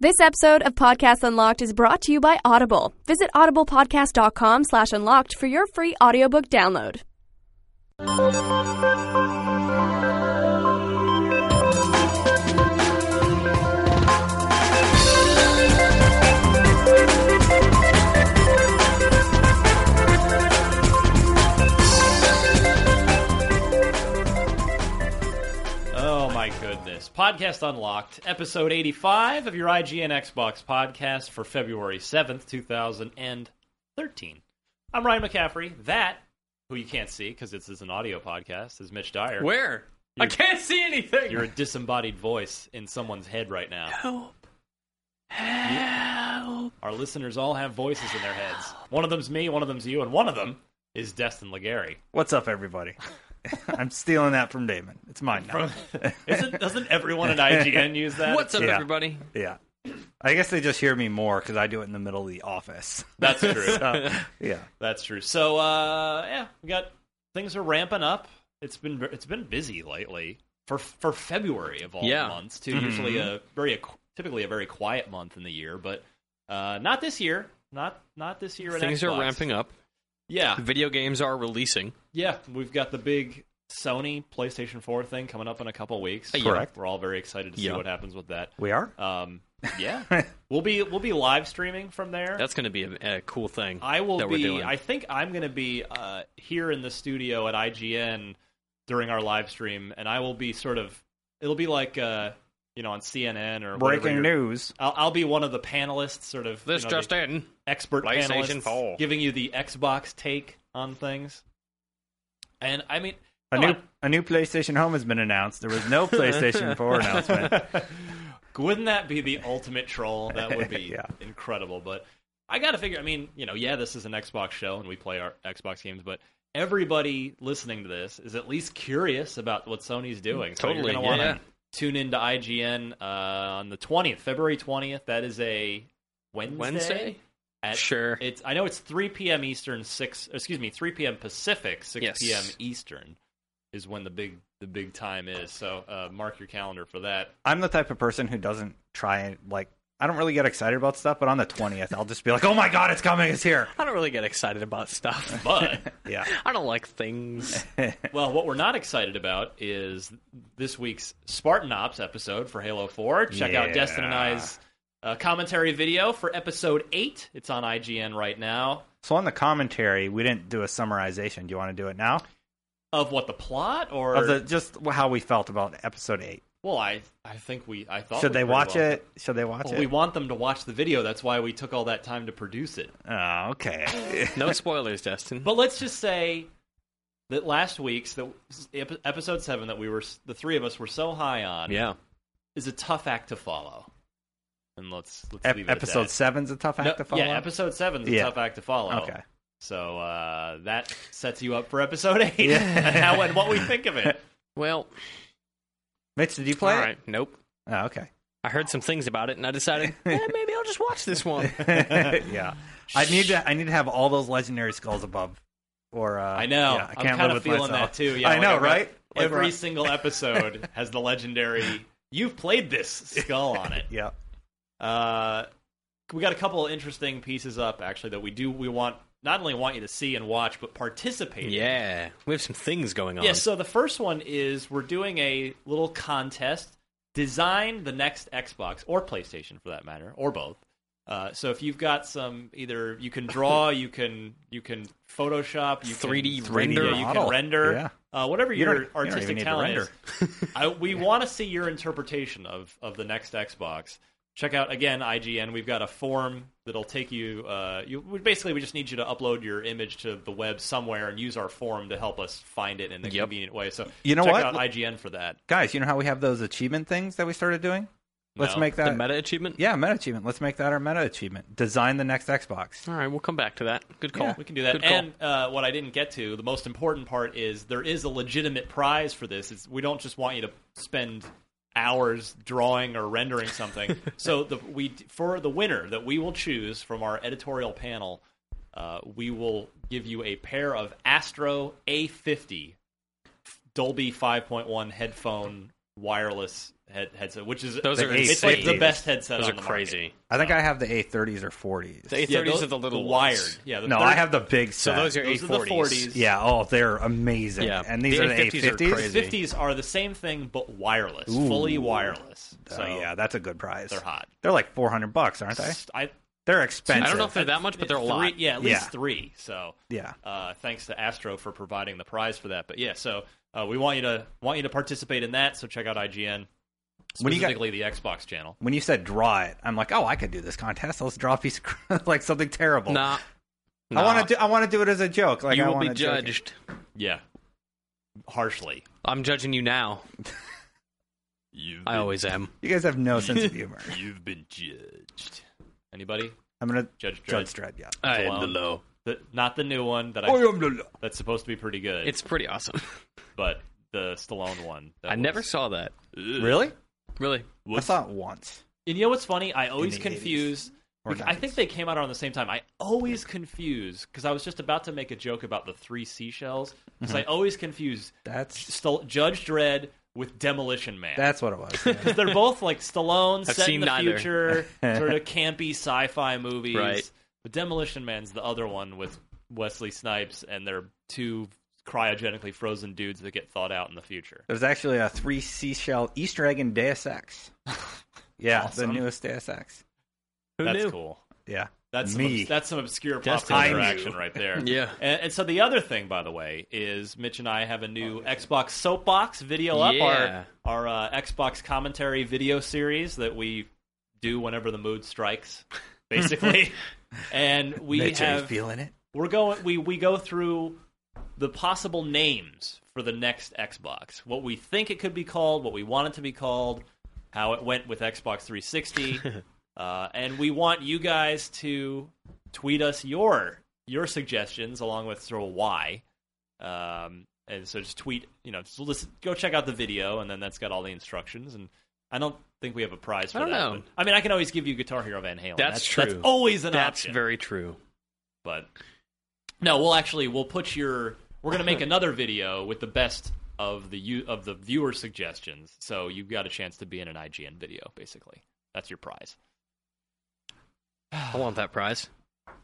This episode of Podcast Unlocked is brought to you by Audible. Visit audiblepodcast.com slash unlocked for your free audiobook download. Oh my goodness. Podcast Unlocked, episode 85 of your IGN Xbox podcast for February 7th, 2013. I'm Ryan McCaffrey. That, who you can't see because this is an audio podcast, is Mitch Dyer. Where? I can't see anything. You're a disembodied voice in someone's head right now. Help. Our listeners all have voices in their heads. One of them's me, one of them's you, and one of them is Destin Legary. What's up, everybody? I'm stealing that from Damon. It's mine now. Isn't, doesn't everyone at IGN use that? What's up, Yeah. everybody? yeah. I guess they just hear me more because I do it in the middle of the office. That's true. So, yeah. That's true. So uh, yeah, we got things are ramping up. It's been it's been busy lately for for February of all Yeah. Mm-hmm. months too. Usually a very typically a very quiet month in the year, but uh, not this year. Not not this year. at Things Xbox. are ramping up. Yeah, Video games are releasing. yeah. We've got the big Sony PlayStation Four thing coming up in a couple weeks. Yeah. Uh, Correct. We're all very excited to see Yeah. what happens with that. We are? Um, yeah, we'll be we'll be live streaming from there. That's going to be a, a cool thing. I will that be. We're doing. I think I'm going to be uh, here in the studio at IGN during our live stream, and I will be sort of. It'll be like uh, you know on CNN or whatever Breaking you're- news. I'll, I'll be one of the panelists, sort of this you know, just the in. expert PlayStation panelists, 4. giving you the Xbox take on things. And I mean, A come new a new PlayStation Home has been announced. There was no PlayStation 4 announcement. Wouldn't that be the ultimate troll? That would be Yeah. incredible. But I got to figure. I mean, you know, yeah, this is an Xbox show and we play our Xbox games, but everybody listening to this is at least curious about what Sony's doing. So Totally, you're yeah, going to yeah. want to tune into IGN uh, on the twentieth, February twentieth. That is a Wednesday. Wednesday? At- Sure. It's I know it's three p.m. Eastern, six. Excuse me, three p.m. Pacific, six Yes. p.m. Eastern is when the big the big time is. So uh, mark your calendar for that. I'm the type of person who doesn't try and, like, I don't really get excited about stuff, but on the 20th, I'll just be like, oh my God, it's coming. It's here. I don't really get excited about stuff. But Yeah. I don't like things. well, what we're not excited about is this week's Spartan Ops episode for Halo Four. Check out Yeah. Destin and I's uh, commentary video for episode eight. It's on IGN right now. So on the commentary, we didn't do a summarization. Do you want to do it now? Of what the plot or Of the, just how we felt about episode 8. well, I I think we I thought Should we they pretty watch well- it? Should they watch Well, it? we want them to watch the video. That's why we took all that time to produce it. Oh, okay. No spoilers, Destin. But let's just say that last week's that ep- episode seven that we were the three of us were so high on yeah. is a tough act to follow. And let's let's Ep- leave it at episode that. seven's a tough act No, to follow. Yeah, episode seven's a Yeah. tough act to follow. Okay. So uh, that sets you up for episode eight and how and what we think of it. Uh, Well, Mitch, did you play? all it? right. Nope. Oh, okay. I heard some things about it, and I decided eh, maybe I'll just watch this one. yeah. I need to. I need to have all those legendary skulls above. Or uh, I know. yeah, I am can't kind live of with feeling myself. that too. Yeah, I like know, every- right? Like Every we're- single episode has the legendary. You've played this skull on it. yeah. Uh, we got a couple of interesting pieces up actually that we do. We want not only want you to see and watch, but participate. in. yeah, we have some things going on. Yeah, so the first one is we're doing a little contest. Design the next Xbox or PlayStation for that matter, or both. Uh, so if you've got some, either you can draw, you can you can Photoshop, you 3D can, render yeah, you model. can render, Yeah. uh, whatever You don't- your you don't artistic even need to talent render. is. I, we want to see your interpretation of of the next Xbox. Check out again IGN. We've got a form that'll take you. Uh, you we- basically we just need you to upload your image to the web somewhere and use our form to help us find it in a Yep. convenient way. So You know check what? out IGN for that. Guys, you know how we have those achievement things that we started doing? Let's No. make the that meta achievement. Yeah, meta achievement. Let's make that our meta achievement. Design the next Xbox. All right, we'll come back to that. Good call. We can do that. Good call. And uh, what I didn't get to, the most important part is there is a legitimate prize for this. It's, we don't just want you to spend hours drawing or rendering something. so the, we for the winner that we will choose from our editorial panel, uh, we will give you a pair of Astro A50 Dolby 5.1 headphone wireless head, headset, which is Those The are A50. it's insane. like the best headset. Those on are the market. crazy. I think I have the A30s or 40s. The A30s Yeah, those are the little wired. ones. Yeah, the no, thir- I have the big So set. those are Those A40s. are the 40s. Yeah, oh, they're amazing. Yeah. And these The are the A50s are A50s. crazy. fifties are the same thing but wireless, fully wireless. So So yeah, that's a good prize. they're hot. They're like 400 bucks, aren't they? I They're expensive. I don't know if they're that much, but they're a three, lot. Yeah, at least Yeah. three. So Yeah. uh, thanks to Astro for providing the prize for that. But yeah, so uh, we want you to want you to participate in that. So check out IGN When you got- specifically the Xbox channel. when you said draw it, I'm like, "Oh, I could do this contest. Let's draw a piece of cr- like something terrible." Nah, I want to do I want to do it as a joke. Like you I will be wanna joke it. judged. Yeah, harshly. I'm judging you now. I always am. You guys have no sense of humor. You've been judged. Anybody? I'm going to Judge judge Dredd. Dredd, yeah. I am the low. The, not the new one that I, I am the law. that's supposed to be pretty good. It's pretty awesome. but the Stallone one. that I never was- saw that. Really? Really? I saw it once. And you know what's funny? I always the confuse. or I think 90s. they came out around the same time. I always confuse because I was just about to make a joke about the three seashells. Because Mm-hmm. I always confuse That's Stall- Judge Dredd with Demolition Man. that's what it was. yeah. 'Cause they're both like Stallone set seen in the neither. future, sort of campy sci-fi movies. Right. But Demolition Man's the other one with Wesley Snipes, and they're two cryogenically frozen dudes that get thawed out in the future. There's actually a three seashell Easter egg in Deus Ex. Yeah, the newest Deus Ex. Who That's knew? cool. Yeah, That's Some, me. obs- that's some obscure pop Destiny. culture I action knew. right there. Yeah. And, and so the other thing, by the way, is Mitch and I have a new Xbox soapbox video up Yeah. our our uh, Xbox commentary video series that we do whenever the mood strikes, basically. and we Mitch, are you have feeling it? we're going we we go through the possible names for the next Xbox. What we think it could be called, what we want it to be called, how it went with Xbox 360. uh, and we want you guys to tweet us your your suggestions along with sort of why. Um, and so just tweet, you know, just listen, go check out the video, and then that's got all the instructions. And I don't think we have a prize for I don't that. know. but- I mean, I can always give you Guitar Hero Van Halen. That's That's true. always an That's option very true. but no, we'll actually we'll put your we're gonna make another video with the best of the you of the viewer suggestions. So you've got a chance to be in an IGN video, basically. That's your prize. I want that prize.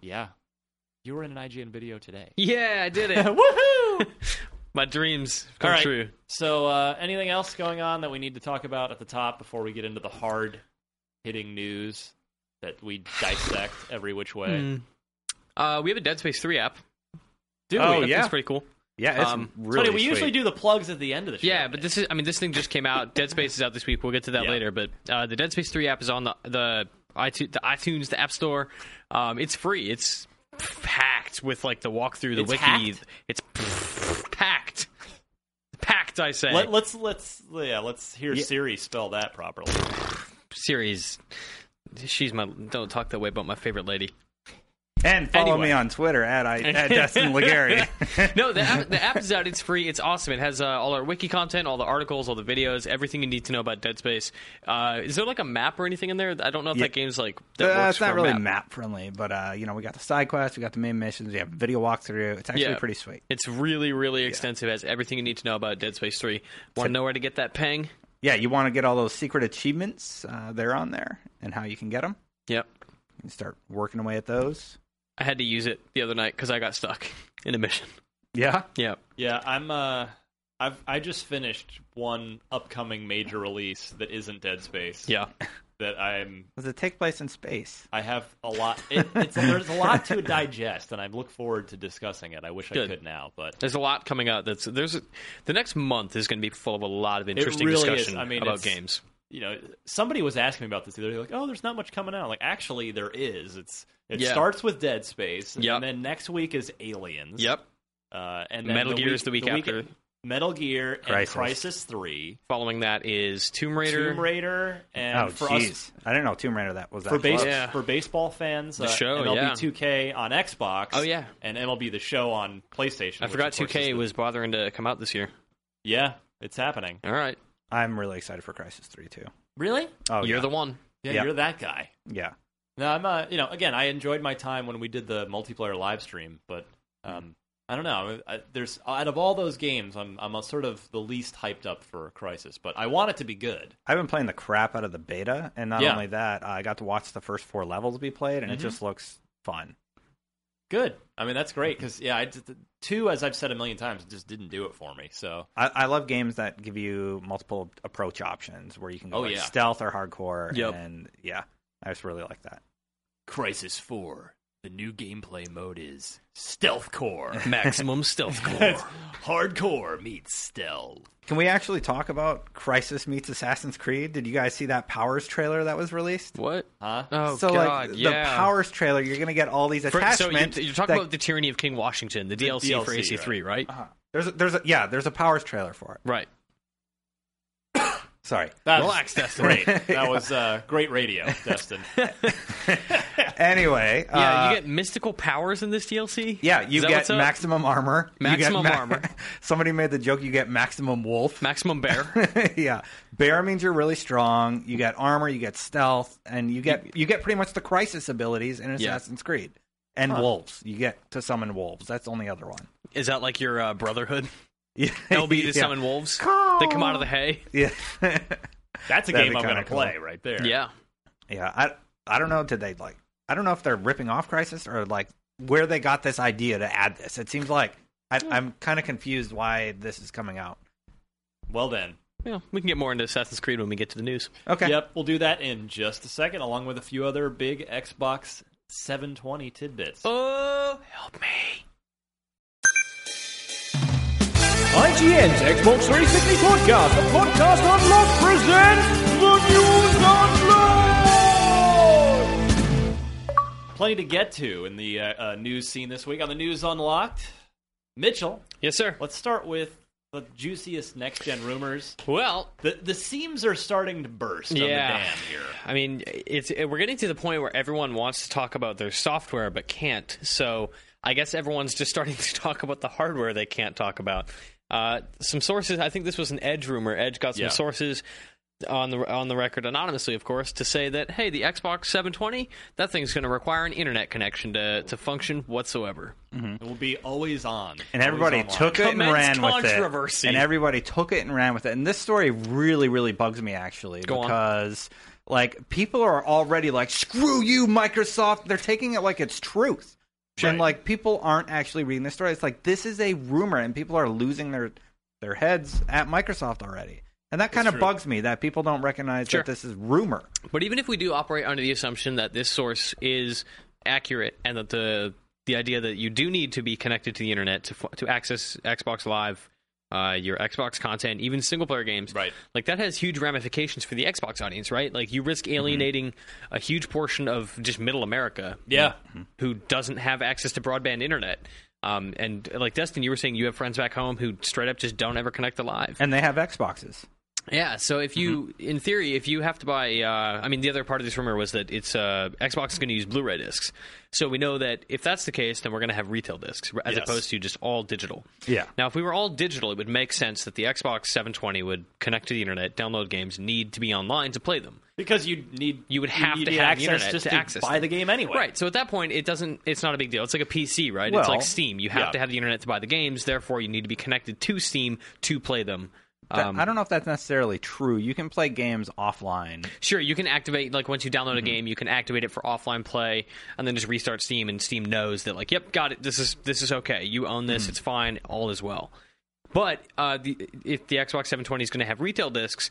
Yeah, you were in an IGN video today. Yeah, I did it. Woohoo! My dreams come All right. true. So uh, anything else going on that we need to talk about at the top before we get into the hard hitting news that we dissect every which way? Hmm. Mm. Uh, we have a Dead Space 3 app. Do Oh, we? yeah. That's pretty cool. Yeah, it's Um, really. Tony, we usually sweet. do the plugs at the end of the show. Yeah, but this is I mean this thing just came out. Dead Space is out this week. We'll get to that Yeah. later, but uh, the Dead Space 3 app is on the the iTunes, the, iTunes, the App Store. Um, it's free. It's packed with like the walkthrough, the It's wiki. hacked? It's packed. Packed, I say. Let, let's let's yeah let's hear Yeah. Siri spell that properly. series she's my don't talk that way about my favorite lady. And follow Anyway. me on Twitter at I at Destin Legary. no, the app, the app is out. It's free. It's awesome. It has uh, all our wiki content, all the articles, all the videos, everything you need to know about Dead Space. Uh, is there like a map or anything in there? I don't know if Yeah. that game's like Uh, that works it's not for a really map. map. friendly, but uh, you know we got the side quests, we got the main missions, we have video walkthrough. It's actually Yeah. pretty sweet. It's really, really extensive. It has everything you need to know about Dead Space Three. Want to know where to get that pang? Yeah, you want to get all those secret achievements? Uh, they're on there, and how you can get them. Yep. You can start working away at those. I had to use it the other night because I got stuck in a mission. Yeah, Yep. Yeah, I'm. Uh, I've I just finished one upcoming major release that isn't Dead Space. Yeah. that I'm. does it take place in space? I have a lot. It, it's there's a lot to digest, and I look forward to discussing it. I wish I Good. could now, but There's a lot coming out. That's there's the next month is going to be full of a lot of interesting really is. discussion I mean, about it's- games. you know, somebody was asking me about this the other day. Like, oh, there's not much coming out. Like, actually, there is. It's it Yeah. starts with Dead Space, Yep. and then next week is Aliens. Yep. Uh, and then Metal the Gear week, is the week after. Metal Gear and Crisis. Crisis, Three, Following that is Tomb Raider. Tomb Raider, and oh, for us jeez, I didn't know Tomb Raider that was that for base close. Yeah. for baseball fans, The uh, show, MLB yeah. 2K on Xbox. Oh, yeah. and MLB the Show on PlayStation. I which, forgot of course, 2K is the- was bothering to come out this year. yeah, it's happening. All right. I'm really excited for Crisis Three too. Really? Oh, You're yeah. the one. Yeah, Yeah. you're that guy. yeah. No, I'm. Uh, you know, again, I enjoyed my time when we did the multiplayer live stream, but um, I don't know. I, I- there's out of all those games, I'm I'm a sort of the least hyped up for Crisis, but I want it to be good. I've been playing the crap out of the beta, and not Yeah. only that, I got to watch the first four levels be played, Mm-hmm. and it just looks fun. Good. I mean, that's great because yeah, I, just- two as I've said a million times just didn't do it for me. So I, I love games that give you multiple approach options where you can go Oh, like yeah. stealth or hardcore. Yep. And yeah, I just really like that. Crisis Four, the new gameplay mode is stealth core. Maximum stealth core. Hardcore meets stealth. Can we actually talk about Crisis meets Assassin's Creed? Did you guys see that Powers trailer that was released? What? Huh? Oh so God! like yeah. the Powers trailer, you're gonna get all these For- attachments. so you're, you're talking that- Uh-huh. about the tyranny of King Washington, the DLC, for DLC, AC3, right? Right. there's a, there's a, yeah there's a Powers trailer for it. Sorry. That's Relax, Destin. great. That was uh, great radio, Destin. Anyway, Yeah, uh, you get mystical powers in this DLC. yeah Is you that get what's up? maximum armor. You get Maximum ma- armor. Somebody made the joke. You get maximum wolf. maximum bear. yeah, bear means you're really strong. You get armor, you get stealth, and you get you get pretty much the crisis abilities in Yeah. Assassin's Creed. And wolves, you get to summon wolves. That's the only other one. Is that like your uh, brotherhood? Yeah. LB to yeah. summon wolves. They come out of the hay. Yeah, That's a That'd game be I'm kinda going to play cool. right there. Yeah. yeah. I I don't know. Did they like? I don't know if they're ripping off Crisis or like where they got this idea to add this. It seems like I, I'm kind of confused why this is coming out. Well then. Yeah, we can get more into Assassin's Creed when we get to the news. Okay. Yep, we'll do that in just a second, along with a few other big Xbox 720 tidbits. Oh, help me! IGN's Xbox 360 podcast, the podcast unlocked, presents the news unlocked. Plenty to get to in the uh, uh, news scene this week on the News Unlocked. Mitchell, Yes, sir. let's start with the juiciest next gen rumors. Well, The the seams are starting to burst on the Yeah. dam here. I mean, it's it, we're getting to the point where everyone wants to talk about their software but can't. So I guess everyone's just starting to talk about the hardware they can't talk about. Uh, some sources. I think this was an Edge rumor. Edge got some Yeah. sources on the on the record anonymously, of course, to say that hey, the Xbox 720 that thing's going to require an internet connection to to function whatsoever. It will be always on. and everybody Always took it and Commence ran with it. controversy. And everybody took it and ran with it. And this story really, really bugs me actually Go on. because like people are already like, screw you, Microsoft. They're taking it like it's truth. And like people aren't actually reading this story. It's like this is a rumor, and people are losing their their heads at Microsoft already. And that kind of bugs me that people don't recognize Sure. that this is rumor. But even if we do operate under the assumption that this source is accurate and that the the idea that you do need to be connected to the internet to f- to access Xbox Live, uh, your Xbox content, even single player games, Right. Like that has huge ramifications for the Xbox audience, right? Like you Mm-hmm. risk alienating a huge portion of just middle America, Yeah. who doesn't have access to broadband internet. Um, and like Destin, you were saying you have friends back home who straight up just don't ever connect to live. And they have Xboxes. Yeah, so if you, Mm-hmm. in theory, if you have to buy, uh, I mean, the other part of this rumor was that it's uh, Xbox is going to use Blu-ray discs. So we know that if that's the case, then we're going to have retail discs as Yes. opposed to just all digital. Yeah. Now, if we were all digital, it would make sense that the Xbox 720 would connect to the internet, download games, need to be online to play them. because you need You would have need to the have the access internet just to to, access buy them. the game anyway. Right. So at that point, it doesn't. It's not a big deal. It's like a PC, right? it's Well, like Steam. You have yeah. to have the internet to buy the games. Therefore, you need to be connected to Steam to play them. That- I don't know if that's necessarily true. You can play games offline. Sure, you can activate like once you download a game, you can activate it for offline play, and then just restart Steam, and Steam knows that like, yep, got it. This is this is okay. You own this. It's fine. All is well. But uh, the, if the Xbox 720 is going to have retail discs,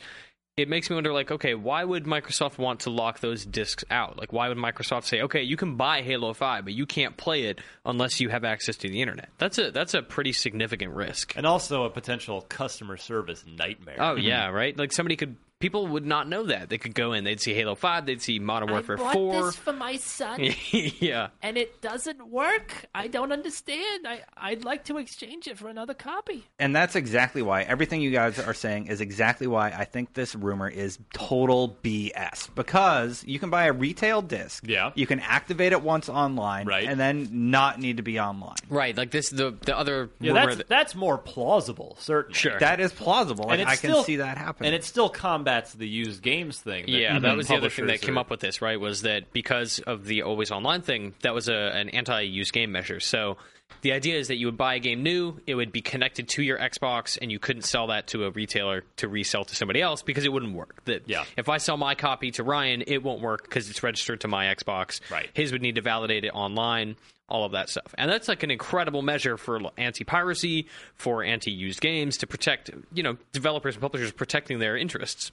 it makes me wonder like, okay, why would Microsoft want to lock those discs out? Like, why would Microsoft say, okay, you can buy Halo 5, but you can't play it unless you have access to the internet? That's a that's a pretty significant risk. And also a potential customer service nightmare. Oh yeah, right. Like somebody could. People would not know that. They could go in. They'd see Halo Five. They'd see Modern Warfare I bought Four. this for my son, yeah. and it doesn't work. I don't understand. I I'd like to exchange it for another copy. And that's exactly why everything you guys are saying is exactly why I think this rumor is total BS. Because you can buy a retail disc. Yeah. You can activate it once online. Right. And then not need to be online. Right. Like this. The the other Yeah, rumor. that's that- that's more plausible, certainly. sure. That is plausible. Like, I can see that happening. And it still combats the used games thing. That yeah, that was the other thing that publishers came are- up with this, right? Was that because of the always online thing, that was a, an anti use game measure. So the idea is that you would buy a game new, it would be connected to your Xbox, and you couldn't sell that to a retailer to resell to somebody else because it wouldn't work. That Yeah. if I sell my copy to Ryan, it won't work because it's registered to my Xbox. Right. His would need to validate it online, all of that stuff. And that's like an incredible measure for anti piracy, for anti used games, to protect, you know, developers and publishers protecting their interests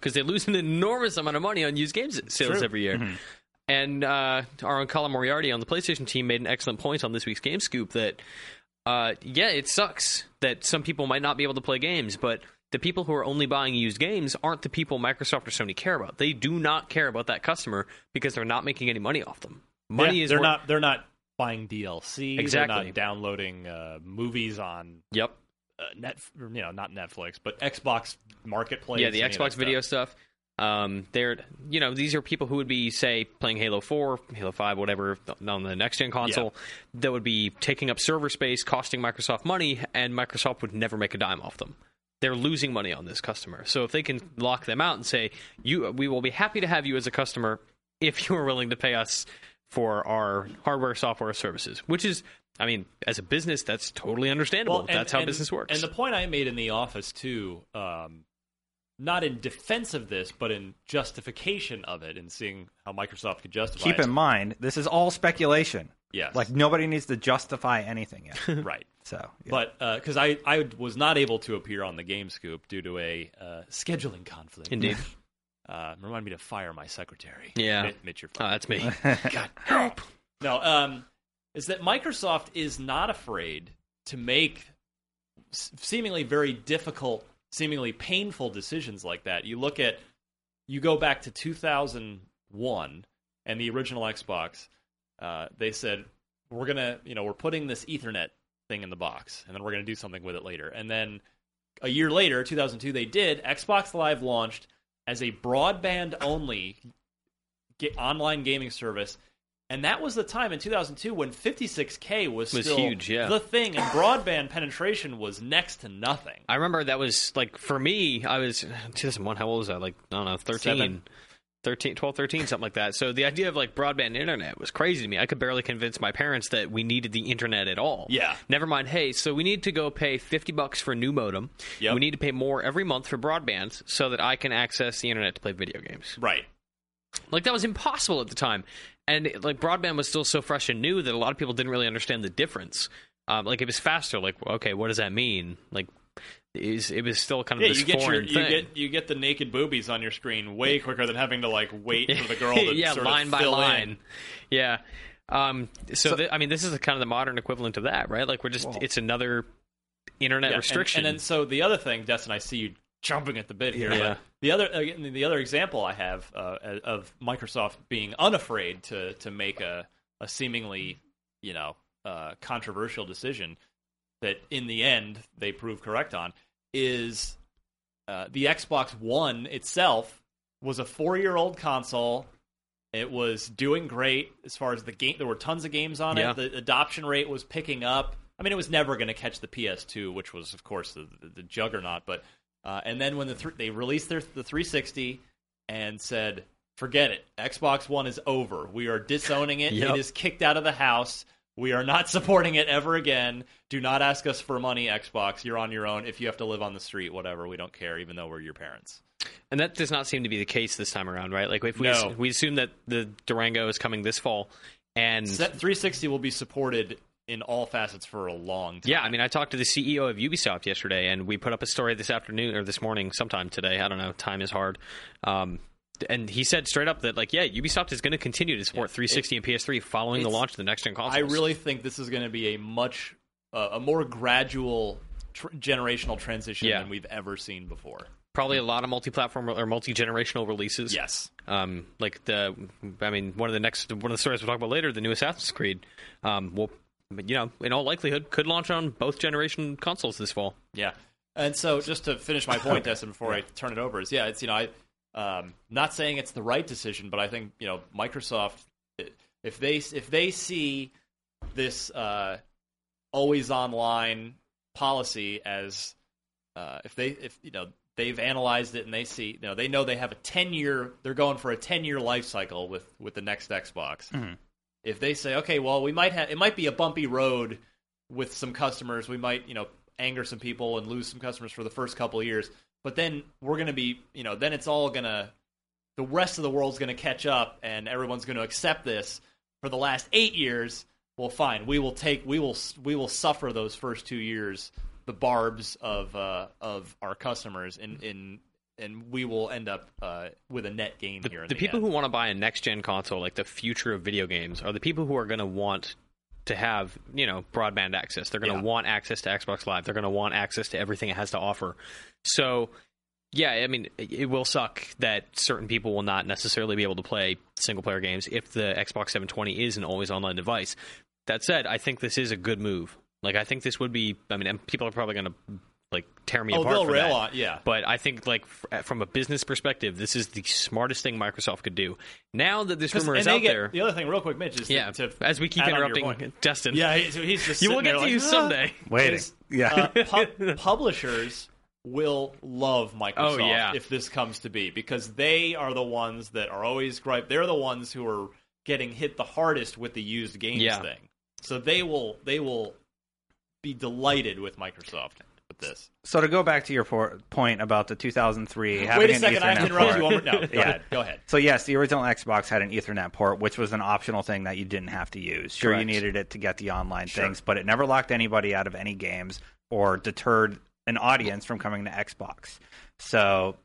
because they lose an enormous amount of money on used games sales True. Mm-hmm. every year. And uh, our own Colin Moriarty on the PlayStation team made an excellent point on this week's Game Scoop that, uh, yeah, it sucks that some people might not be able to play games, but the people who are only buying used games aren't the people Microsoft or Sony care about. They do not care about that customer because they're not making any money off them. Money Yeah, is they're wor- not they're not buying DLC. They're Exactly. not downloading uh, movies on Yep. uh, net. You know, not Netflix, but Xbox Marketplace. yeah, the any of that Xbox stuff. video stuff. Um, they're you know these are people who would be say playing Halo Four, Halo Five, whatever on the next gen console. That would be taking up server space, costing Microsoft money, and Microsoft would never make a dime off them. They're losing money on this customer. So if they can lock them out and say you, we will be happy to have you as a customer if you are willing to pay us for our hardware, software, services. Which is, I mean, as a business, that's totally understandable. and- that's how and- business works. And the point I made in the office too, um, not in defense of this, but in justification of it, and seeing how Microsoft could justify. Keep it. in mind, this is all speculation. Yes. Like nobody needs to justify anything yet. right. So, yeah. But because I, I was not able to appear on the Game Scoop due to a uh, scheduling conflict. Indeed. Uh, remind me to fire my secretary. Yeah. Mitch, Mitch, you're Oh, fired. that's me. God help. No, um, is that Microsoft is not afraid to make s- seemingly very difficult, seemingly painful decisions like that. You look at, you go back to 2001 and the original Xbox. Uh, they said we're gonna, you know, we're putting this Ethernet thing in the box, and then we're gonna do something with it later. And then a year later, 2002, they did. Xbox Live launched as a broadband-only ga- online gaming service. And that was the time in 2002 when 56K was, Was still huge, yeah. the thing, and broadband penetration was next to nothing. I remember that was like for me, I was 2001. How old was I? Like, I don't know, 13, Seven. 13, 12, 13, something like that. So the idea of like broadband internet was crazy to me. I could barely convince my parents that we needed the internet at all. Yeah. Never mind. Hey, so we need to go pay 50 bucks for a new modem. Yep. We need to pay more every month for broadband so that I can access the internet to play video games. Right. Like that was impossible at the time, and like broadband was still so fresh and new that a lot of people didn't really understand the difference. Um, like it was faster. Like okay, what does that mean? Like is it was still kind of Yeah, this you get your foreign you thing. get you get the naked boobies on your screen way quicker than having to like wait for the girl to yeah, sort line of by fill line. in. Yeah. Um, so thi- I mean, this is the, kind of the modern equivalent of that, right? Like we're just it's another internet Yeah, and- restriction. And, then so the other thing, Destin, I see you jumping at the bit here. Yeah. But the other again, the other example I have uh, of Microsoft being unafraid to to make a a seemingly you know uh, controversial decision that in the end they prove correct on is uh, the Xbox One itself was a four-year-old console. It was doing great as far as the game. There were tons of games on Yeah. it. The adoption rate was picking up. I mean, it was never going to catch the PS2, which was, of course, the, the, the juggernaut. But uh, and then when the thr they released their the 360 and said, "Forget it, Xbox One is over. We are disowning it. Yep. It is kicked out of the house." We are not supporting it ever again. Do not ask us for money, Xbox. You're on your own. If you have to live on the street, whatever, we don't care, even though we're your parents. And that does not seem to be the case this time around, right? Like if we No. we assume that the Durango is coming this fall, and Se- 360 will be supported in all facets for a long time. yeah, I mean, I talked to the CEO of Ubisoft yesterday, and we put up a story this afternoon or this morning, sometime today. I don't know. Time is hard. Um, and he said straight up that like, yeah, Ubisoft is going to continue to support 360 and PS3 following the it's- launch of the next gen consoles. I really think this is going to be a much uh, a more gradual tr- generational transition Yeah. than we've ever seen before. probably a lot of multi-platform or multi-generational releases. Yes. um, like the I mean one of the next one of the stories we'll talk about later, the new Assassin's Creed, um, will you know in all likelihood could launch on both generation consoles this fall. Yeah. And so just to finish my point, Destin, before I turn it over, is yeah, it's you know I um, not saying it's the right decision, but I think you know Microsoft if they if they see this uh, always online policy as uh, if they if you know they've analyzed it and they see you know they know they have a 10 year they're going for a 10 year life cycle with with the next Xbox. If they say okay, well we might have it might be a bumpy road with some customers, we might you know anger some people and lose some customers for the first couple of years, but then we're going to be you know then it's all going to the rest of the world's going to catch up and everyone's going to accept this for the last eight years well fine we will take we will we will suffer those first two years the barbs of uh of our customers Mm-hmm. and in and we will end up uh with a net gain The, here in the the, people end. who want to buy a next gen console, like the future of video games, are the people who are going to want to have you know broadband access. They're going to Yeah. want access to Xbox Live. They're going to want access to everything it has to offer. So. Yeah, I mean, it it will suck that certain people will not necessarily be able to play single player games if the Xbox 720 is an always online device. That said, I think this is a good move. Like, I think this would be. I mean, and people are probably going to like tear me Oh, apart they'll for rail that. on- yeah. But I think, like, f- uh, from a business perspective, this is the smartest thing Microsoft could do. Now that this 'Cause- rumor and is they out get- there, the other thing real quick mitch is yeah. to, to as we keep add on to your interrupting point. Destin, yeah he, so he's just you sitting will get there to like, you "Ah." someday. Waiting. Is- Yeah. uh, pub- publishers will love Microsoft Oh, yeah. if this comes to be because they are the ones that are always gripe. They're the ones who are getting hit the hardest with the used games Yeah. thing. So they will they will be delighted with Microsoft with this. So to go back to your por- point about the 2003 having Wait a an second, I have Ethernet to interrupt port. you. One more. No, go Yeah. ahead. Go ahead. So yes, the original Xbox had an Ethernet port, which was an optional thing that you didn't have to use. Sure, you Correct. needed it to get the online things, but it never locked anybody out of any games or deterred an audience from coming to Xbox. So,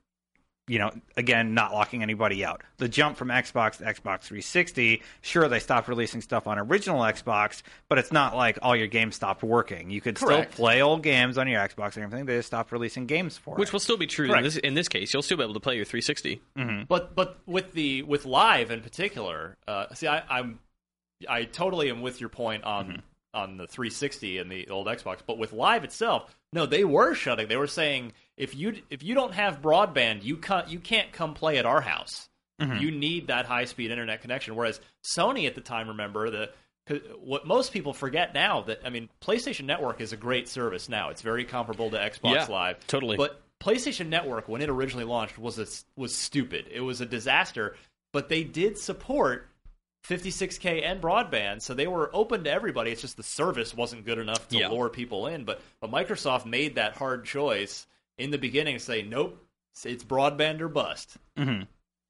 you know, again, not locking anybody out. The jump from Xbox to Xbox 360, sure, they stopped releasing stuff on original Xbox, but it's not like all your games stopped working. You could Correct. still play old games on your Xbox and everything. They just stopped releasing games for Which it. will still be true in Correct. this, in this case. You'll still be able to play your 360. But but with the with live in particular, uh, see, I, I'm I totally am with your point on Mm-hmm. on the 360 and the old Xbox. But with live itself, no, they were shutting. They were saying if you if you don't have broadband, you can't you can't come play at our house. Mm-hmm. You need that high speed internet connection. Whereas Sony at the time, remember the. 'cause What most people forget now that I mean, PlayStation Network is a great service now. It's very comparable to Xbox Yeah, Live, totally. But PlayStation Network, when it originally launched, was a, was stupid. It was a disaster, but they did support 56k and broadband, so they were open to everybody. It's just the service wasn't good enough to Yeah. lure people in. But but Microsoft made that hard choice in the beginning, to say nope, it's- it's broadband or bust.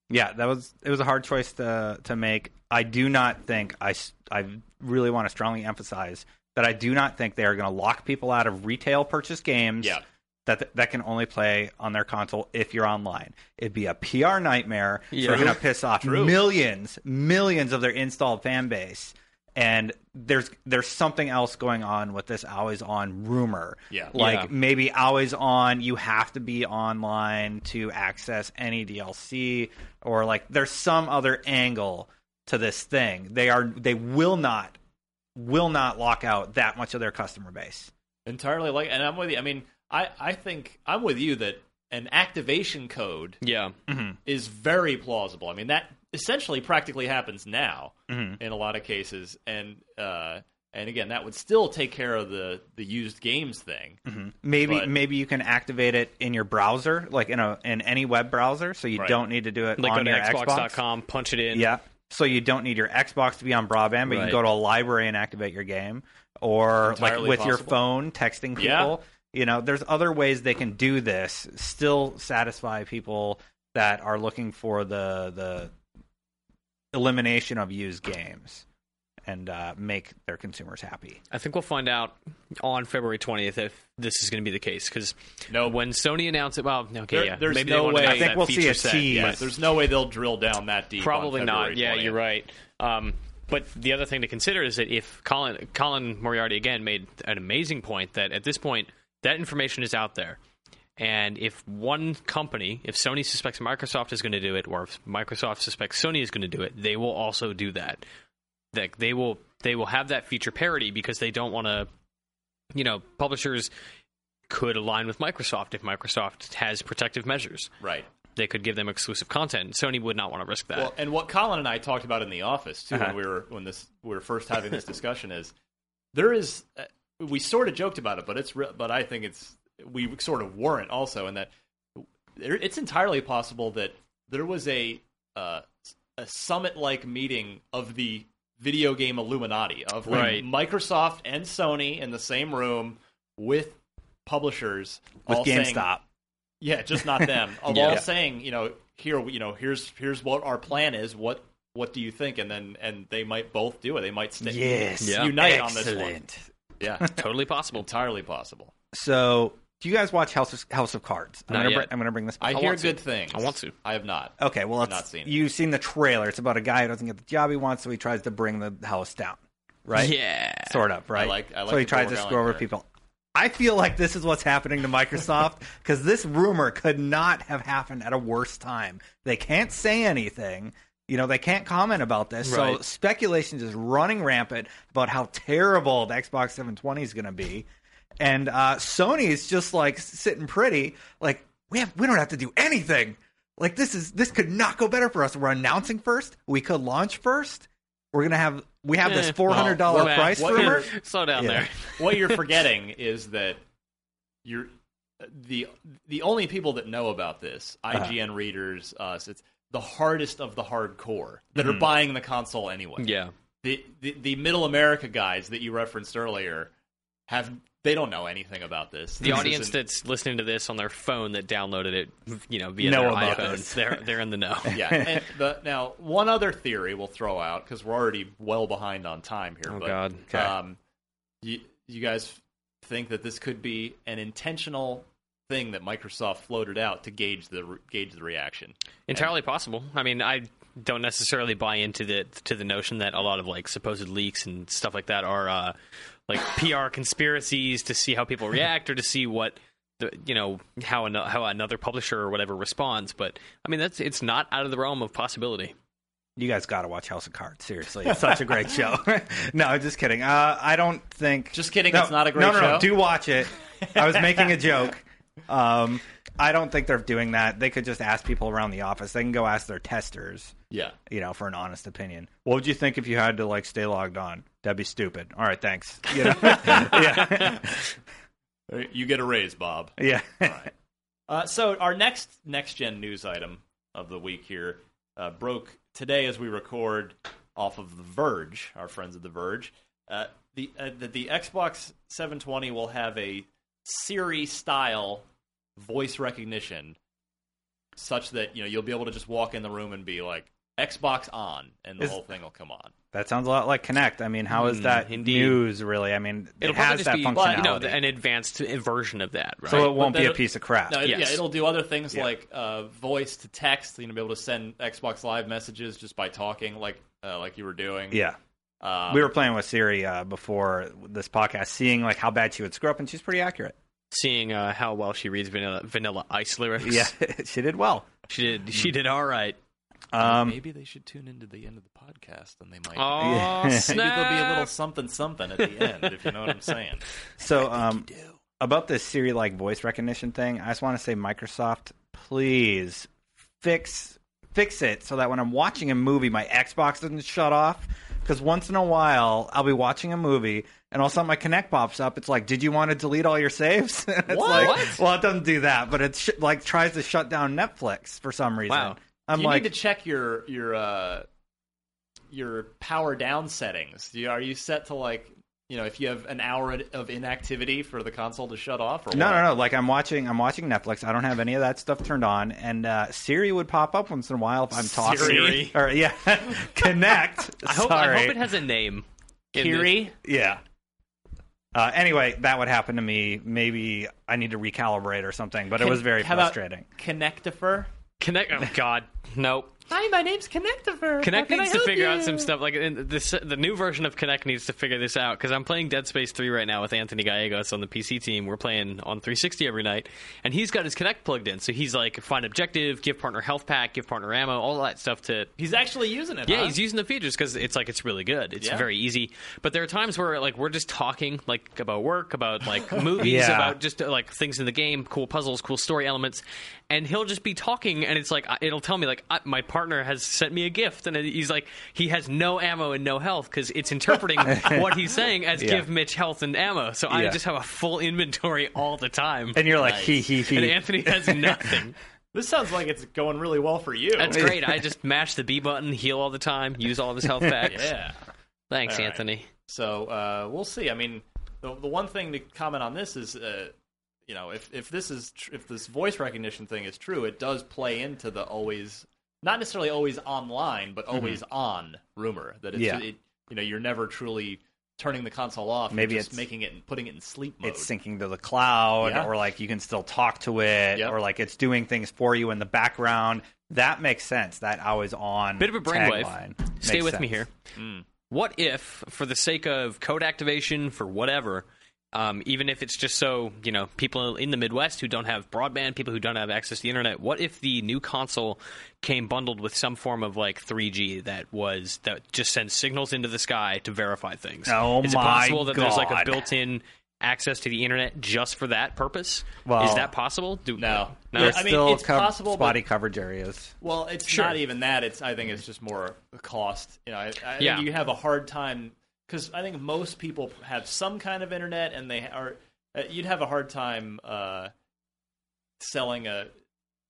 Yeah, that was it was a hard choice to to make. I do not think I s- I really want to strongly emphasize that I do not think they are going to lock people out of retail purchase games. Yeah. That, that can only play on their console if you're online. It'd be a PR nightmare. Yeah. They're going to piss off millions, millions of their installed fan base. And there's there's something else going on with this always on rumor. Yeah. Like Yeah. maybe always on you have to be online to access any DLC or like there's some other angle to this thing. They are they will not will not lock out that much of their customer base. entirely like and i'm with you i mean i i think i'm with you that an activation code Yeah. is very plausible. I mean, that essentially practically happens now in a lot of cases, and uh, and again, that would still take care of the the used games thing. Maybe But- maybe you can activate it in your browser, like in a in any web browser, so you Right. don't need to do it Like on go to your Xbox. Xbox.com, punch it in. Yeah. So you don't need your Xbox to be on broadband, but you Right. can go to a library and activate your game, or Entirely like with your possible. phone texting people. Yeah. You know, there's other ways they can do this, still satisfy people that are looking for the the elimination of used games and uh, make their consumers happy. I think we'll find out on February 20th if this is going to be the case because No. when Sony announced it, well, okay, There- yeah, there's maybe no they wanted to way- make I think that we'll see feature a set, tease. but But there's no way they'll drill down that deep. on Probably not. February Yeah, 20th. you're right. Um, but the other thing to consider is that if Colin Colin Moriarty again made an amazing point that at this point that information is out there, and if one company, if Sony suspects Microsoft is going to do it, or if Microsoft suspects Sony is going to do it, they will also do that. That they will they will have that feature parity because they don't want to, you know, publishers could align with Microsoft if Microsoft has protective measures. Right. They could give them exclusive content. Sony would not want to risk that. Well, and what Colin and I talked about in the office too Uh-huh. when we were when this we were first having this discussion is there is uh, we sort of joked about it, but it's re- but I think it's we sort of warrant also in that there, it's entirely possible that there was a uh, a summit like meeting of the video game Illuminati of like Right. Microsoft and Sony in the same room with publishers With all saying, GameStop. yeah, just not them. Of Yeah. all saying, you know, here, you know, here's here's what our plan is. What what do you think? And then and they might both do it. They might stay Yes. Yeah. unite on this one. Excellent. Yeah, totally possible. entirely possible. So, do you guys watch House of, House of Cards? I'm Not gonna br- yet. I'm going to bring this. I, I hear want to. good things. I want to. I have not. Okay, well, it's, Not seen it. you've seen the trailer. It's about a guy who doesn't get the job he wants, so he tries to bring the house down, right? Yeah. sort of, right? like- I like so he the tries people to going screw over there. people. I feel like this is what's happening to Microsoft because this rumor could not have happened at a worse time. They can't say anything. You know, they can't comment about this. So Right. speculation is running rampant about how terrible the Xbox 720 is going to be. And uh, Sony is just like sitting pretty, like we have we don't have to do anything. Like this is this could not go better for us. We're announcing first. We could launch first. We're gonna have we have this Eh, four hundred dollar well, well, price what- rumor. Slow down Yeah. there. What you're forgetting is that you're the the only people that know about this Uh-huh. IGN readers us. It's the hardest of the hardcore that are buying the console anyway. Mm-hmm. Yeah. the, the the middle America guys that you referenced earlier have they don't know anything about this. The This audience isn't- that's listening to this on their phone that downloaded it, you know, via Know their about iPhone, this. they're they're in the know. yeah. And the, now, one other theory we'll throw out because we're already well behind on time here. Oh, but, God. Okay. Um, you, you guys think that this could be an intentional thing that Microsoft floated out to gauge the re- gauge the reaction? Entirely possible. I mean, I don't necessarily buy into the to the notion that a lot of like supposed leaks and stuff like that are uh, like PR conspiracies to see how people react or to see what the, you know how an, how another publisher or whatever responds. But I mean, that's it's not out of the realm of possibility. You guys gotta watch House of Cards. Seriously, it's such a great show. no, I'm just kidding. Uh, I don't think. Just kidding, No, it's not a great no, no, show? No, do watch it. I was making a joke. Um, I don't think they're doing that. They could just ask people around the office. They can go ask their testers. Yeah. you know, for an honest opinion. What would you think if you had to like stay logged on? That'd be stupid. All right, thanks. You know? yeah, You get a raise, Bob. yeah. Uh, so our next next gen news item of the week here uh, broke today as we record off of the Verge, our friends at the Verge. Uh, the uh, that the Xbox 720 will have a Siri style voice recognition, such that you know you'll be able to just walk in the room and be like Xbox on, and the Is- whole thing will come on. That sounds a lot like Connect. I mean, how is Mm, that indeed. news really? I mean, it has that be functionality, you know, an advanced version of that, right? so it won't But be a then- piece of crap. No, it- Yes. yeah, it'll do other things Uh, Yeah. like uh, voice to text. You know, be able to send Xbox Live messages just by talking, like uh, like you were doing. yeah, Um, we were playing with Siri uh, before this podcast, seeing like how bad she would screw up, and she's pretty accurate. Seeing uh, how well she reads Vanilla, vanilla Ice lyrics, Yeah, she did well. she did. She did all right. Um, maybe they should tune into the end of the podcast and they might Oh Yeah. maybe there'll be a little snap! something something at the end if you know what I'm saying. so um, about this Siri like voice recognition thing, I just want to say Microsoft, please fix fix it so that when I'm watching a movie, my Xbox doesn't shut off. Because once in a while, I'll be watching a movie and all of a sudden my Connect pops up. It's like, did you want to delete all your saves? And it's What? like, well, it doesn't do that, but it sh- like tries to shut down Netflix for some reason. Wow. I'm you like, need to check your your uh, your power down settings. Do you, are you set to like you know if you have an hour of inactivity for the console to shut off? Or No, what? no, no. Like I'm watching, I'm watching Netflix. I don't have any of that stuff turned on, and uh, Siri would pop up once in a while if I'm talking. Siri. or yeah, connect. I hope, Sorry. I hope it has a name. in the- Kiri. yeah. Uh, anyway, that would happen to me. Maybe I need to recalibrate or something. But it was very How about frustrating. Connectifer. Connect. Oh God, nope. Hi, my name's Connectifer. Connect How can needs I to help figure out you? some stuff. Like in this, the new version of Connect needs to figure this out because I'm playing Dead Space 3 right now with Anthony Gallegos on the PC team. We're playing on 360 every night, and he's got his Connect plugged in. So he's like, find objective, give partner health pack, give partner ammo, all that stuff to. He's actually using it. Yeah, huh? he's using the features because it's like it's really good. It's Yeah. very easy. But there are times where like we're just talking like about work, about like movies, Yeah. about just uh, like things in the game, cool puzzles, cool story elements, and he'll just be talking, and it's like I- it'll tell me like I, my partner has sent me a gift, and he's like he has no ammo and no health because it's interpreting what he's saying as Yeah. give Mitch health and ammo. So I Yeah. just have a full inventory all the time, And you're like he he and he. Anthony has nothing. This sounds like it's going really well for you. That's great. I just mash the B button, heal all the time, use all of his health packs. Yeah. Thanks, All right. Anthony. So uh, we'll see. I mean, the, the one thing to comment on this is, uh, you know, if if this is tr- if this voice recognition thing is true, it does play into the always not necessarily always online, but always on rumor that it's, Mm-hmm. Yeah. it, you know you're never truly turning the console off. Maybe you're just it's- making it and putting it in sleep mode. It's syncing to the cloud, Yeah. or like you can still talk to it, Yep. or like it's doing things for you in the background. That makes sense. That always on Bit of a brainwave. tagline Stay makes with me sense. here. What if, for the sake of code activation, for whatever, um, even if it's just so, you know, people in the Midwest who don't have broadband, people who don't have access to the internet, what if the new console came bundled with some form of like 3G that was, that just sends signals into the sky to verify things? Oh Is my it possible that there's like a God. built in access to the internet just for that purpose? Is Well- that possible? Do, No. Yeah, No. There's I mean, still it's cov- possible, but- spotty coverage areas. Well, it's Sure. not even that. It's I think it's just more the cost. You know, I, I Yeah. think you have a hard time because I think most people have some kind of internet, and they are uh, you'd have a hard time uh, selling a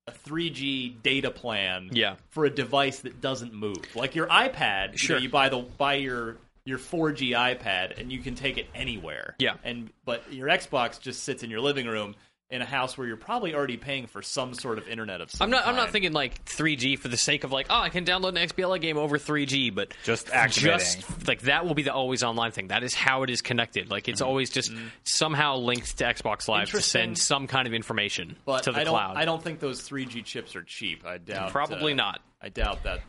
a 3G data plan Yeah. for a device that doesn't move, like your iPad. you know, Sure. you buy the buy your your 4G iPad, and you can take it anywhere. Yeah. and but your Xbox just sits in your living room. In a house where you're probably already paying for some sort of internet of some I'm not. I'm not kind. thinking like 3G for the sake of like, oh, I can download an XBLA game over 3G, but Just activating. just like that will be the always online thing. That is how it is connected. Like it's always just somehow linked to Xbox Live to Interesting. send some kind of information but to the I don't, cloud. I don't think those 3G chips are cheap. I doubt. Probably uh, not. I doubt that.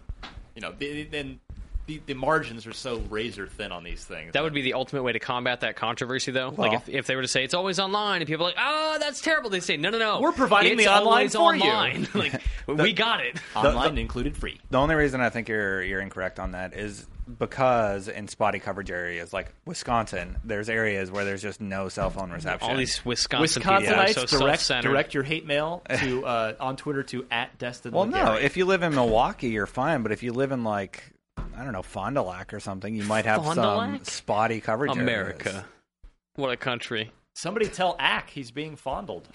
You know, the- then the, the margins are so razor thin on these things. That would be the ultimate way to combat that controversy, though. Well- like if, if they were to say it's always online, and people are like, oh, that's terrible. They say, no, no, no, We're providing it's the online always for you." online. like we got it. online included free. The only reason I think you're you're incorrect on that is because in spotty coverage areas like Wisconsin, there's areas where there's just no cell phone reception. All these Wisconsin, people are Wisconsinites, so direct self-centered. direct your hate mail to uh, on Twitter to at Destin. well, no, Legary. if you live in Milwaukee, you're fine, but if you live in like I don't know Fond du Lac or something, you might have Fond du some Lac? spotty coverage. areas. America, what a country. somebody tell Ack he's being fondled.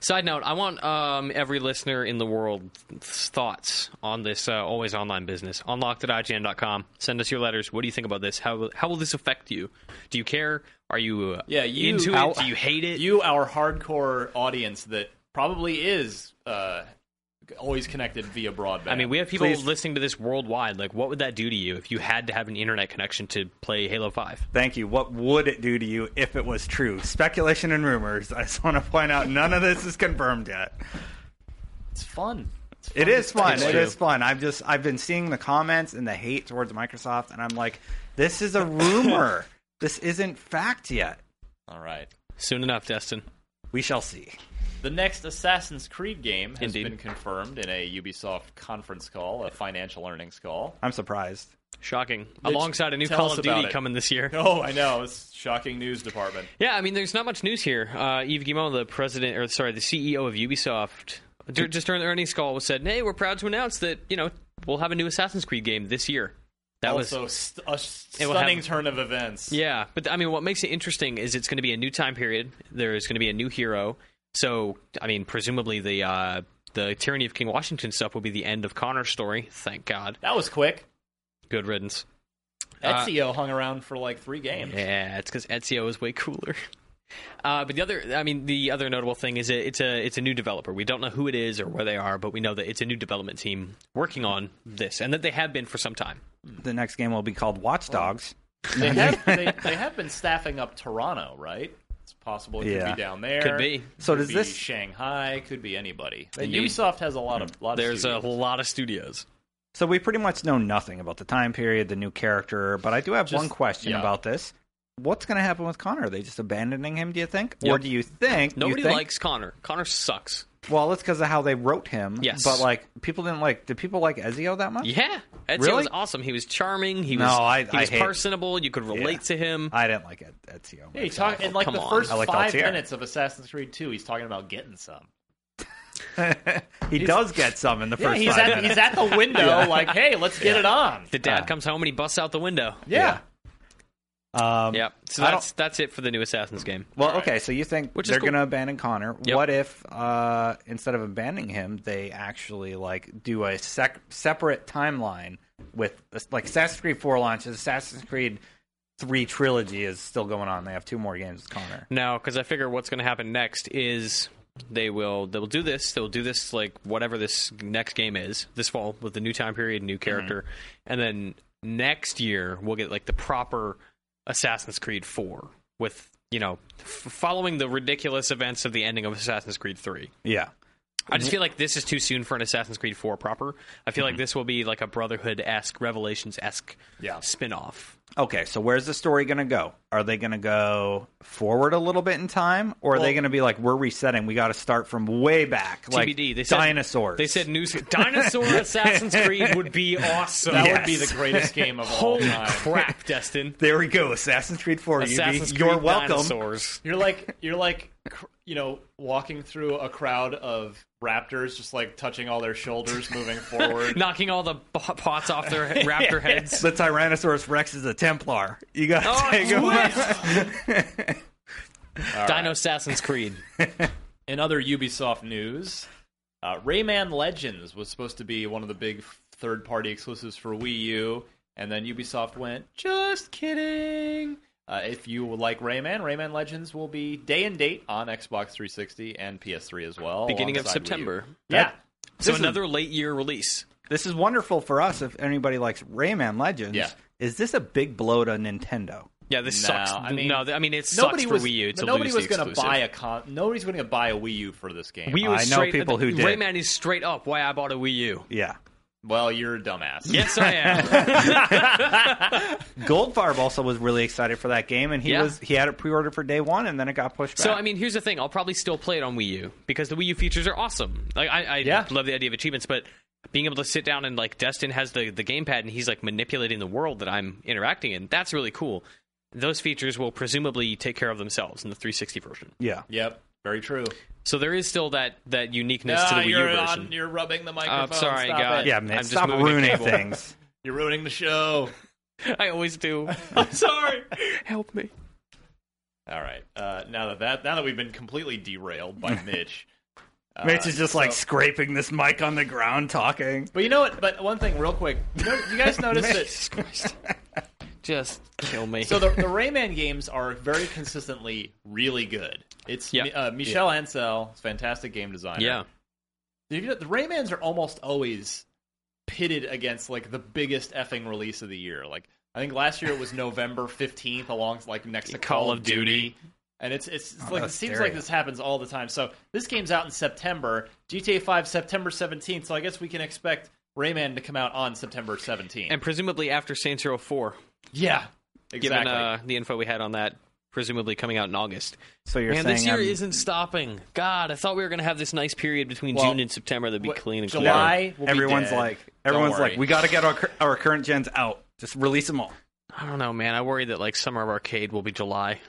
Side note: I want um, every listener in the world thoughts on this uh, always online business. Unlocked at IGN.com. Send us your letters. What do you think about this? How how will this affect you? Do you care? Are you uh, Yeah, you- into Ow. it? Do you hate it? you, our hardcore audience, that probably is uh, always connected via broadband. I mean, we have people Please. listening to this worldwide. Like, what would that do to you if you had to have an internet connection to play Halo Five? Thank you. What would it do to you if it was true? Speculation and rumors. I just want to point out none of this is confirmed yet. it's fun. It's It is fun. It's It true. is fun. I've just I've been seeing the comments and the hate towards Microsoft, and I'm like, this is a rumor. this isn't fact yet. All right. Soon enough, Destin. We shall see. The next Assassin's Creed game has Indeed. been confirmed in a Ubisoft conference call, a financial earnings call. I'm surprised. Shocking. Mitch, Alongside a new tell Call us of about Duty it. coming this year. Oh, I know. It's shocking news department. Yeah, I mean, there's not much news here. Uh, Yves Guillemot, the president, or sorry, the CEO of Ubisoft, dur- just during the earnings call, was said, "Hey, we're proud to announce that you know we'll have a new Assassin's Creed game this year." That also, was st- a It will stunning happen. turn of events. yeah, but th- I mean, what makes it interesting is it's going to be a new time period. There's going to be a new hero. So, I mean, presumably the uh, the tyranny of King Washington stuff will be the end of Connor's story. Thank God. That was quick. Good riddance. Uh, Ezio hung around for like three games. Yeah, it's because Ezio is way cooler. Uh, but the other, I mean, the other notable thing is it, it's a it's a new developer. We don't know who it is or where they are, but we know that it's a new development team working on this, and that they have been for some time. The next game will be called Watch Dogs. They, have, they, they have been staffing up Toronto, right? It's possible it Yeah. could be down there. Could be. So Could does be this- Shanghai? Could be anybody. And Indeed. Ubisoft has a lot of lot There's of a studios. lot of studios. So we pretty much know nothing about the time period, the new character, but I do have Just- one question yeah. about this. What's going to happen with Connor? Are they just abandoning him, do you think? Or Yep. do you think you Nobody think- likes Connor. Connor sucks. Well, it's because of how they wrote him. Yes. But like people didn't like did people like Ezio that much? Yeah, Ezio Really? was awesome. He was charming. He No, was I- he I was hate- personable. You could relate to him. I didn't like Ed- Ezio. Yeah, he talk, in like Oh, Come the on. first I liked five Altair. minutes of Assassin's Creed 2, he's talking about getting some. he does get some in the Yeah, first he's five at, minutes. he's at the window, like, hey, let's get it on. the dad uh, comes home and he busts out the window. Yeah. um, Yep. So I don't- that's that's it for the new Assassin's game. Well, okay, so you think Which is they're cool. going to abandon Connor? Yep. What if uh, instead of abandoning him, they actually like do a sec- separate timeline with like Assassin's Creed Four launches, Assassin's Creed Three trilogy is still going on. They have two more games with Connor. No, because I figure what's going to happen next is they will they will do this. They will do this like whatever this next game is this fall with the new time period, new character, and then next year we'll get like the proper Assassin's Creed Four with you know f- following the ridiculous events of the ending of Assassin's Creed Three. Yeah, I just feel like this is too soon for an Assassin's Creed 4 proper. I feel like this will be like a Brotherhood esque, Revelations esque Yeah. spin off. Okay, so where's the story going to go? Are they going to go forward a little bit in time, or are they Well- going to be like we're resetting? We got to start from way back, like TBD. They said, dinosaurs. They said news. Dinosaur Assassin's Creed would be awesome. That Yes. would be the greatest game of all Holy time. crap, Destin. "There we go, Assassin's Creed Four. Ubi. Assassin's Creed You're welcome." dinosaurs. You're like you're like cr- you know walking through a crowd of raptors, just like touching all their shoulders, moving forward. Knocking all the b- pots off their raptor heads. The Tyrannosaurus Rex is a Templar. You got Oh, to take him. Dino Assassin's Creed. In other Ubisoft news, uh, Rayman Legends was supposed to be one of the big third party exclusives for Wii U, and then Ubisoft went, just kidding. Uh, if you like Rayman, Rayman Legends will be day and date on Xbox 360 and PS3 as well. Beginning of alongside Wii U. September. Yeah. So This is- another late year release. This is wonderful for us if anybody likes Rayman Legends. Yeah. Is this a big blow to Nintendo? Yeah, this No, sucks. I mean- no, th- I mean it sucks Nobody for was, Wii U. To nobody lose was the gonna exclusive. buy a con- nobody's going to buy a Wii U for this game. Wii U I is know straight, people who did. Rayman is straight up why I bought a Wii U. Yeah. well, you're a dumbass. Yes, I am. Goldfarb also was really excited for that game, and he Yeah. was he had it pre-ordered for day one, and then it got pushed back. so, I mean, here's the thing: I'll probably still play it on Wii U because the Wii U features are awesome. Like, I, I Yeah. love the idea of achievements, but being able to sit down and like Destin has the the gamepad and he's like manipulating the world that I'm interacting in. That's really cool. Those features will presumably take care of themselves in the 360 version. yeah. Yep. Very true. So there is still that that uniqueness to the Ah, Wii U you're, version. on, you're rubbing the microphone. I'm sorry, Stop God. it. Yeah, man. I'm just stop moving the ruining cable. things. You're ruining the show. I always do. I'm sorry. Help me. All right. Uh, now that, that now that we've been completely derailed by Mitch, uh, Mitch is just like so- scraping this mic on the ground, talking. But you know what? But one thing, real quick, you, know, you guys notice that. Jesus Christ. Just kill me. So the, the Rayman games are very consistently really good. It's Yep. uh, Michel Ancel, fantastic game designer. yeah. You know, the Raymans are almost always pitted against like the biggest effing release of the year. Like I think last year it was November fifteenth, along like next to Call, of Duty. And it's it's, Oh, it's like it that's seems scary. like this happens all the time. So this game's out in September, GTA Five September seventeenth. So I guess we can expect Rayman to come out on September seventeenth. And presumably after Saints Row 4, yeah, exactly. given uh, the info we had on that, presumably coming out in August. So you're Man, saying this year I'm- isn't stopping. God, I thought we were going to have this nice period between Well, June and September that'd be what- clean and July clear. will be everyone's dead. like Don't everyone's worry. like we got to get our cur- our current gens out Just release them all. I don't know, man. I worry that like Summer of Arcade will be July.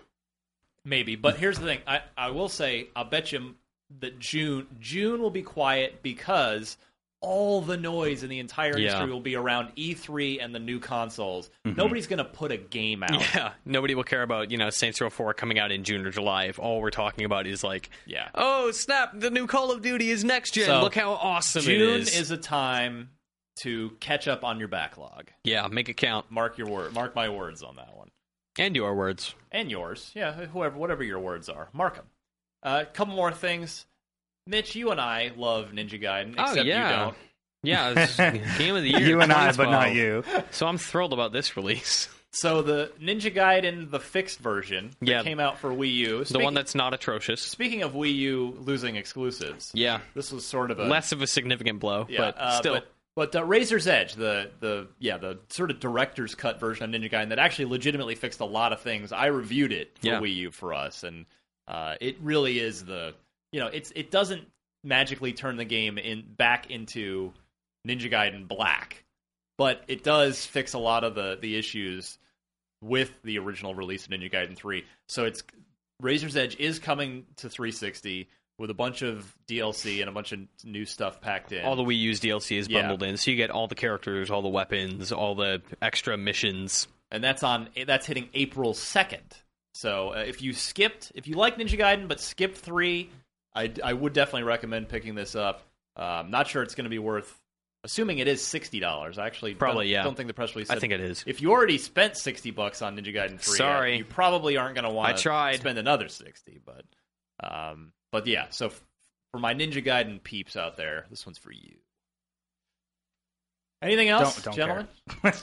Maybe, but here's the thing. I, I will say, I'll bet you that June June will be quiet because all the noise in the entire Yeah. Mm-hmm. industry will be around E3 and the new consoles. Nobody's going to put a game out. Yeah, nobody will care about you know Saints Row Four coming out in June or July if all we're talking about is like, Yeah. oh snap, the new Call of Duty is next gen. So, Look how awesome June it is. is a time to catch up on your backlog. Yeah, make it count. Mark your word. Mark my words on that one. And your words. and yours. Yeah, whoever, whatever your words are, mark them. A uh, couple more things, Mitch. You and I love Ninja Gaiden, Oh, except yeah. you don't. Yeah, it's game of the year. You and I, but not 2012. you. So I'm thrilled about this release. So the Ninja Gaiden, the fixed version, that Yeah. came out for Wii U. the one Speaking- that's not atrocious. speaking of Wii U losing exclusives. Yeah, this was sort of a less of a significant blow, yeah, but uh, still. But, but, uh, Razor's Edge, the the yeah, the sort of director's cut version of Ninja Gaiden that actually legitimately fixed a lot of things. I reviewed it for Yeah. Wii U for us, and uh, it really is the you know it's it doesn't magically turn the game in back into Ninja Gaiden Black, but it does fix a lot of the the issues with the original release of Ninja Gaiden Three. So it's Razor's Edge is coming to 360 with a bunch of DLC and a bunch of new stuff packed in. all the Wii U's DLC is Yeah. bundled in, so you get all the characters, all the weapons, all the extra missions. and that's on that's hitting April second. So uh, if you skipped, if you like Ninja Gaiden but skipped three, I, I would definitely recommend picking this up. Uh, I'm not sure it's going to be worth. Assuming it is sixty dollars, I actually Probably, don't, yeah. Don't think the press release. I said- think it is. If you already spent sixty bucks on Ninja Gaiden three, Sorry. uh, you probably aren't going to want. I tried. spend another sixty, but um, but yeah. So f- for my Ninja Gaiden peeps out there, this one's for you. Anything else, Don't- don't care. gentlemen? I'm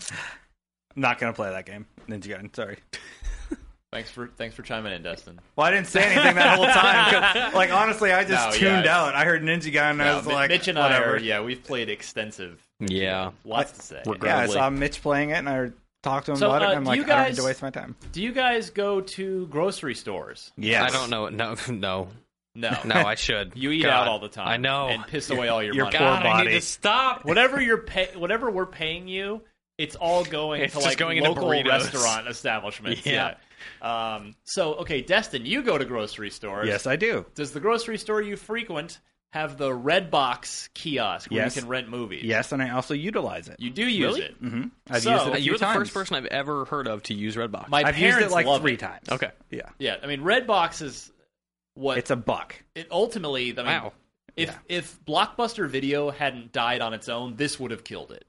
not gonna play that game. Ninja Gaiden. Sorry. Thanks for thanks for chiming in, Destin. Well, I didn't say anything that whole time. 'cause, Like honestly, I just No, yeah, tuned it's- out. I heard Ninja Gaiden. And I Yeah, was Mi- like, Mitch and whatever. I are, yeah, we've played extensive. Yeah. Lots to say. yeah, I Regrettably. saw Mitch playing it, and I talked to him So, about it. uh, And I'm do like, you I don't need guys- to waste my time. Do you guys go to grocery stores? Yeah, I don't know. No, no, No. no. I should. You eat God. out all the time. I know. And piss away all your Your money. poor God, I need body. to stop. Whatever you're pay- whatever we're paying you, it's all going It's to just like going into local burritos. restaurant establishments. Yeah. yeah. Um, so okay, Destin, you go to grocery stores. Yes, I do. Does the grocery store you frequent have the red box kiosk where Yes. you can rent movies? Yes, and I also utilize it. You do use Really? it. hmm I've So- used it. A few Uh, You're the times. first person I've ever heard of to use Redbox. My I've parents used it like love three it. times. Okay. Yeah, Yeah, I mean, Redbox is what it's a buck. it ultimately. I mean, Wow. If if Blockbuster Video hadn't died on its own, this would have killed it.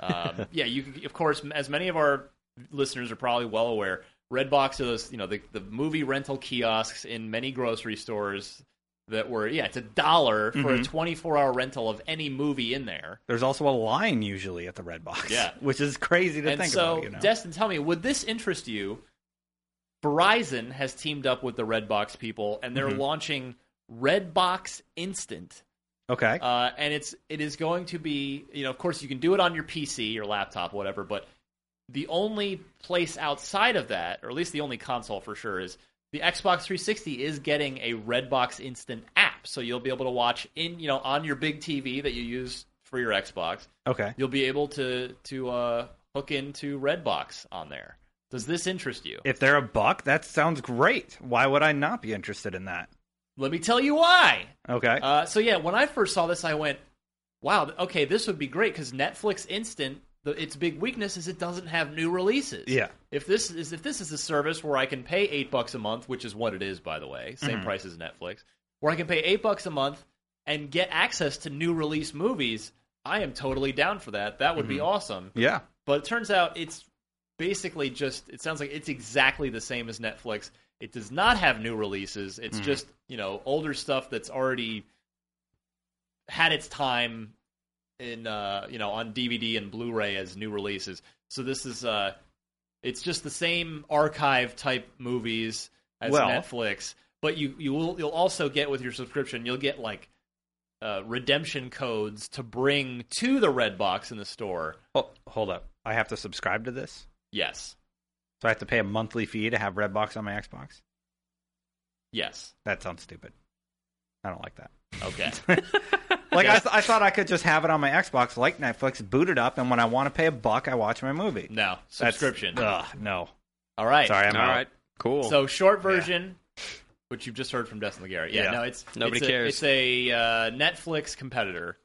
Um, yeah, you can- of course, as many of our listeners are probably well aware, Redbox are those you know the the movie rental kiosks in many grocery stores that were yeah it's a dollar for a twenty four hour rental of any movie in there. There's also a line usually at the red box. Yeah. which is crazy to and think so, about. You know, Destin, tell me, would this interest you? Verizon has teamed up with the Redbox people, and Mm-hmm. they're launching Redbox Instant, okay, uh, and it's it is going to be you know of course you can do it on your PC, your laptop, whatever, but the only place outside of that, or at least the only console for sure, is the Xbox 360 is getting a Redbox Instant app, so you'll be able to watch in you know on your big TV that you use for your Xbox okay. you'll be able to to uh, hook into Redbox on there. Does this interest you? If they're a buck, that sounds great. Why would I not be interested in that? Let me tell you why. Okay, Uh, so yeah, when I first saw this, I went, "Wow, th- okay, this would be great." Because Netflix Instant, the, its big weakness is it doesn't have new releases. Yeah. If this is if this is a service where I can pay eight bucks a month, which is what it is by the way, same price as Netflix, where I can pay eight bucks a month and get access to new release movies, I am totally down for that. That would be awesome. yeah, But it turns out it's basically just it sounds like it's exactly the same as Netflix. It does not have new releases. It's just, you know, older stuff that's already had its time in uh, you know, on DVD and Blu-ray as new releases. So this is uh it's just the same archive type movies as Well- Netflix, but you you will you'll also get with your subscription, you'll get like uh, redemption codes to bring to the red box in the store. Oh, hold up. I have to subscribe to this, Yes. so I have to pay a monthly fee to have Redbox on my Xbox. Yes. That sounds stupid. I don't like that. Okay. Like I, th- I thought I could just have it on my Xbox, like Netflix, boot it up, and when I want to pay a buck, I watch my movie. No That's- subscription. uh, Ugh, no. All right. Sorry, I'm All out. right, cool. So short version, which you've just heard from Destin Legarrette. Yeah, Yeah. no, it's Nobody it's a, cares. It's a uh, Netflix competitor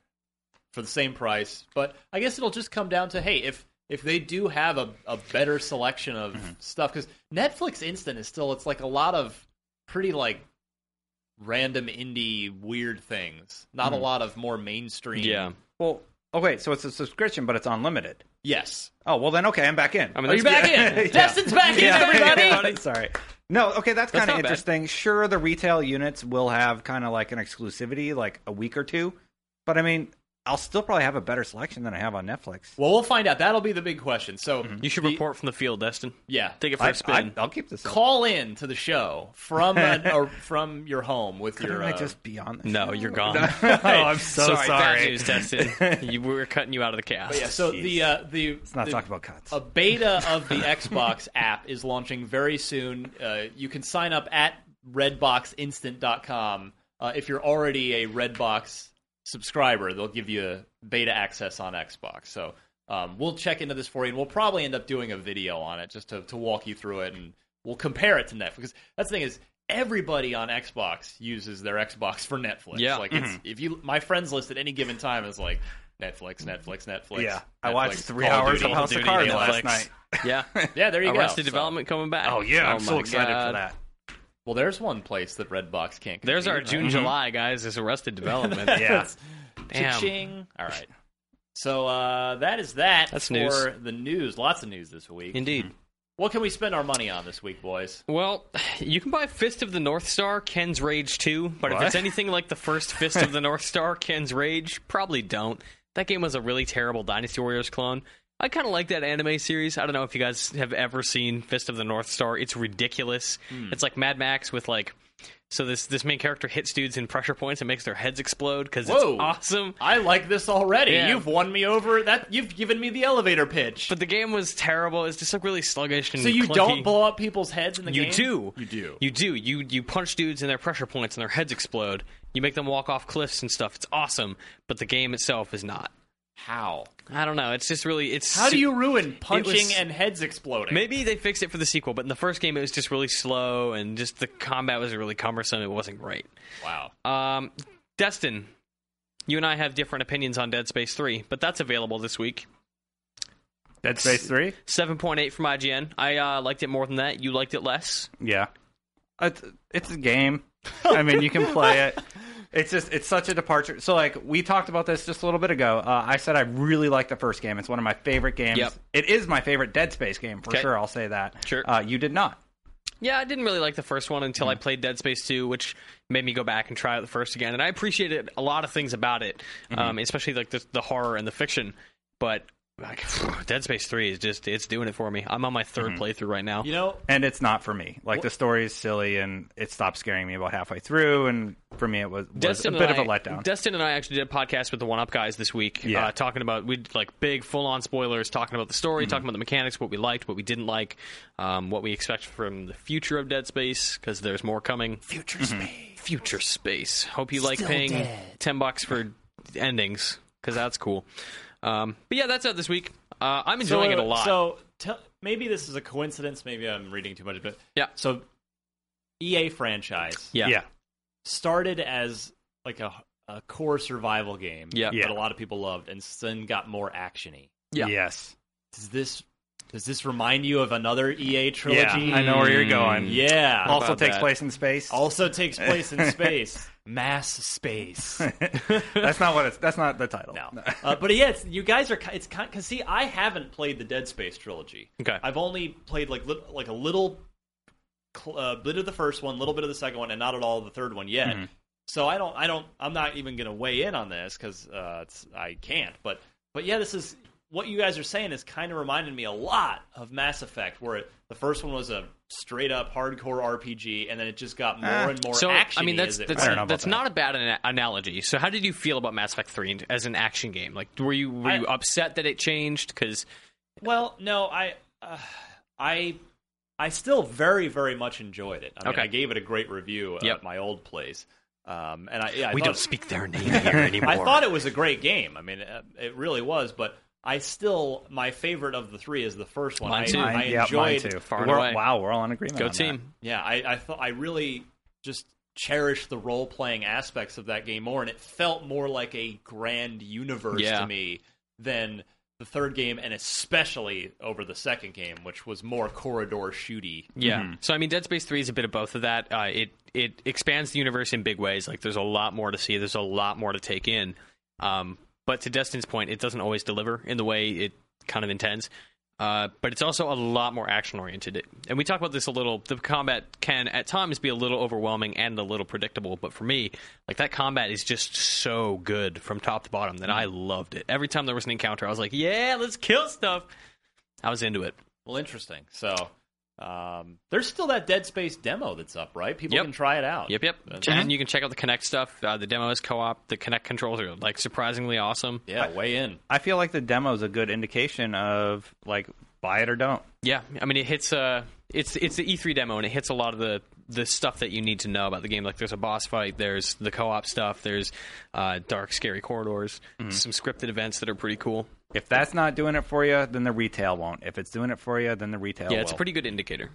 for the same price, but I guess it'll just come down to hey, if if they do have a, a better selection of Mm-hmm. stuff, 'cause stuff, because Netflix Instant is still it's like a lot of pretty like random indie weird things, not a lot of more mainstream. Mm-hmm. yeah, Well, oh wait, so it's a subscription, but it's unlimited. Yes. Oh well, then okay, I'm back in. I mean, Are you that's- back in? Destin's back in, everybody. Sorry. No, okay, that's kind not of bad. interesting. Sure, the retail units will have kind of like an exclusivity, like a week or two, but I mean, I'll still probably have a better selection than I have on Netflix. Well, we'll find out. That'll be the big question. So You should the- report from the field, Destin. Yeah. Mm-hmm. Take it for I, a spin. will keep this. up. call in to the show from an, or from your home with Couldn't your. I uh, just be on this? no, you're gone. oh, I'm so sorry. Bad news, Destin. you, we're cutting you out of the cast. but yeah, so the uh, the Let's not the- talk about cuts. a beta of the Xbox app is launching very soon. Uh, you can sign up at RedboxInstant.com uh, if you're already a Redbox subscriber. They'll give you beta access on Xbox. So um, we'll check into this for you, and we'll probably end up doing a video on it just to to walk you through it, and we'll compare it to Netflix. Because that's the thing is. Everybody on Xbox uses their Xbox for Netflix. Yeah. Like it's if you my friends list at any given time is like Netflix, Netflix, Netflix. Yeah, I Netflix, watched three Call hours of Duty, House of Duty, Cards Netflix. last night. Oh, yeah. Yeah, there you go. Arrested So- Development coming back. Oh yeah, I'm so my excited God. for that. Well, there's one place that Redbox can't. Compete, There's our right? June, July guys. It's Arrested Development. Yeah. Damn. Cha-ching. All right. So uh, that is that. That's for news. the news. Lots of news this week. Indeed. What can we spend our money on this week, boys? Well, you can buy Fist of the North Star, Ken's Rage 2, but if What? it's anything like the first Fist of the North Star, Ken's Rage, probably don't. That game was a really terrible Dynasty Warriors clone. I kind of like that anime series. I don't know if you guys have ever seen Fist of the North Star. It's ridiculous. Hmm. It's like Mad Max with like so this this main character hits dudes in pressure points and makes their heads explode cuz it's Whoa. awesome. I like this already. Yeah. You've won me over. That you've given me the elevator pitch. But the game was terrible. It's just like really sluggish and so you clunky. don't blow up people's heads in the game. you do. You do. You do. You you punch dudes in their pressure points and their heads explode. You make them walk off cliffs and stuff. It's awesome, but the game itself is not. How? I don't know. It's just really it's How do you ruin punching was- and heads exploding? Maybe they fixed it for the sequel, but in the first game it was just really slow and just the combat was really cumbersome. It wasn't great. Wow. Um Destin, you and I have different opinions on Dead Space 3, but that's available this week. Dead Space Three. 7.8 from IGN. I uh, liked it more than that. You liked it less. Yeah, it's it's a game. I mean, you can play it. It's just it's such a departure. So like we talked about this just a little bit ago. Uh, I said I really like the first game. It's one of my favorite games. Yep. It is my favorite Dead Space game for Okay. sure. I'll say that. Sure. Uh, you did not. Yeah, I didn't really like the first one until I played Dead Space 2, which made me go back and try it the first again. And I appreciated a lot of things about it, um, especially like the, the horror and the fiction. But like, Dead Space 3 is just, it's doing it for me. I'm on my 3rd playthrough right now. You know, And it's not for me. Like the story is silly, and it stopped scaring me about halfway through. And for me, it was, was a Destin bit and of a I- letdown. Destin and I actually did a podcast with the One Up guys this week, Yeah. uh, talking about we did, like big full on spoilers, talking about the Mm-hmm. story, talking about the mechanics, what we liked, what we didn't like, um, what we expect from the future of Dead Space because there's more coming. Future space. Future space. Hope you like paying ten bucks for endings because that's cool. Um, but yeah, that's out this week. Uh, I'm enjoying so, it a lot. So tell maybe this is a coincidence. Maybe I'm reading too much, but Yeah. So EA franchise yeah. yeah. started as like a, a core survival game Yeah. that Yeah. a lot of people loved, and then got more actiony. Yeah. Yes. Does this does this remind you of another EA Yeah. trilogy? I know where you're going. Yeah. How Also about takes that? place in space. Hmm. Also takes place in space, mass space. that's not what it's. That's not the title. No, uh, but yeah, it's, you guys are. ki- It's because see, I haven't played the Dead Space trilogy. Okay. I've only played like lit- like a little cl- uh, bit of the first one, little bit of the second one, and not at all the third one yet. Mm-hmm. So I don't, I don't, I'm not even going to weigh in on this because uh, it's- I can't. But but yeah, this is what you guys are saying is kind of reminding me a lot of Mass Effect, where it, the first one was a straight up hardcore RPG, and then it just got more Ah. and more So action. I mean that's it that's, I don't know about that's that. not a bad ana- analogy. So how did you feel about Mass Effect Three as an action game? Like were you were I- you upset that it changed? Because Well, no, I, uh, I, I still very, very much enjoyed it. I mean, Okay. I gave it a great review Yep. at my old place, Um, and I, yeah, I we thought- don't speak their name here anymore. I thought it was a great game. I mean, uh, it really was, but I still my favorite of the three is the first one. Mine I, too. I Mine- yeah, mine enjoyed. too. Far and We're- away. Wow, we're all in agreement. Go on that. team. Yeah, I I, thought I really just cherished the role playing aspects of that game more, and it felt more like a grand universe Yeah. to me than the third game, and especially over the second game, which was more corridor shooty. Yeah. So I mean, Dead Space Three is a bit of both of that. Uh, it it expands the universe in big ways. Like there's a lot more to see. There's a lot more to take in. Um, but to Destin's point, it doesn't always deliver in the way it kind of intends. Uh, but it's also a lot more action oriented. And we talk about this a little. The combat can at times be a little overwhelming and a little predictable. But for me, like that combat is just so good from top to bottom that I loved it. Every time there was an encounter, I was like, yeah, let's kill stuff. I was into it. Well, interesting. So. Um, there's still that Dead Space demo that's up, right? People Yep. can try it out. Yep, yep. That's- And you can check out the Connect stuff. Uh, the demo is co-op. The Connect controls are like surprisingly awesome. Yeah, weigh in. I feel like the demo is a good indication of like buy it or don't. Yeah, I mean it hits. Uh, it's it's the E3 demo, and it hits a lot of the the stuff that you need to know about the game. Like there's a boss fight. There's the co-op stuff. There's uh, dark, scary corridors. Some scripted events that are pretty cool. If that's not doing it for you, then the retail won't. If it's doing it for you, then the retail. yeah, it's a will. pretty good indicator.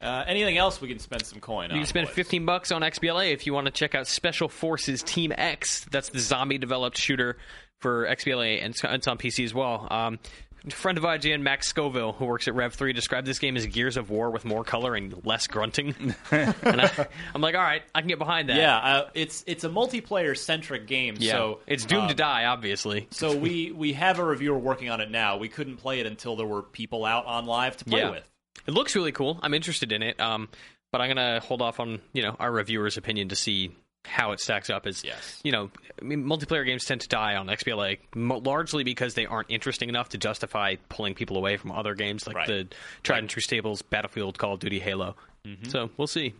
Uh, anything else we can spend some coin on? You can spend boys? 15 bucks on XBLA if you want to check out Special Forces Team X. That's the zombie developed shooter for XBLA, and it's- it's on PC as well. Um, a friend of IGN, Max Scoville, who works at Rev3, described this game as Gears of War with more color and less grunting. and I, I'm like, all right, I can get behind that. Yeah, uh, it's it's a multiplayer centric game. Yeah. So it's doomed to um, die, obviously. So we we have a reviewer working on it now. We couldn't play it until there were people out on live to play Yeah. with. It looks really cool. I'm interested in it. Um, but I'm gonna hold off on you know our reviewer's opinion to see how it stacks up. As Yes. you know, I mean, multiplayer games tend to die on XBLA mo- largely because they aren't interesting enough to justify pulling people away from other games like Right. Mm-hmm. the tried and true staples, Battlefield, Call of Duty, Halo. So we'll see.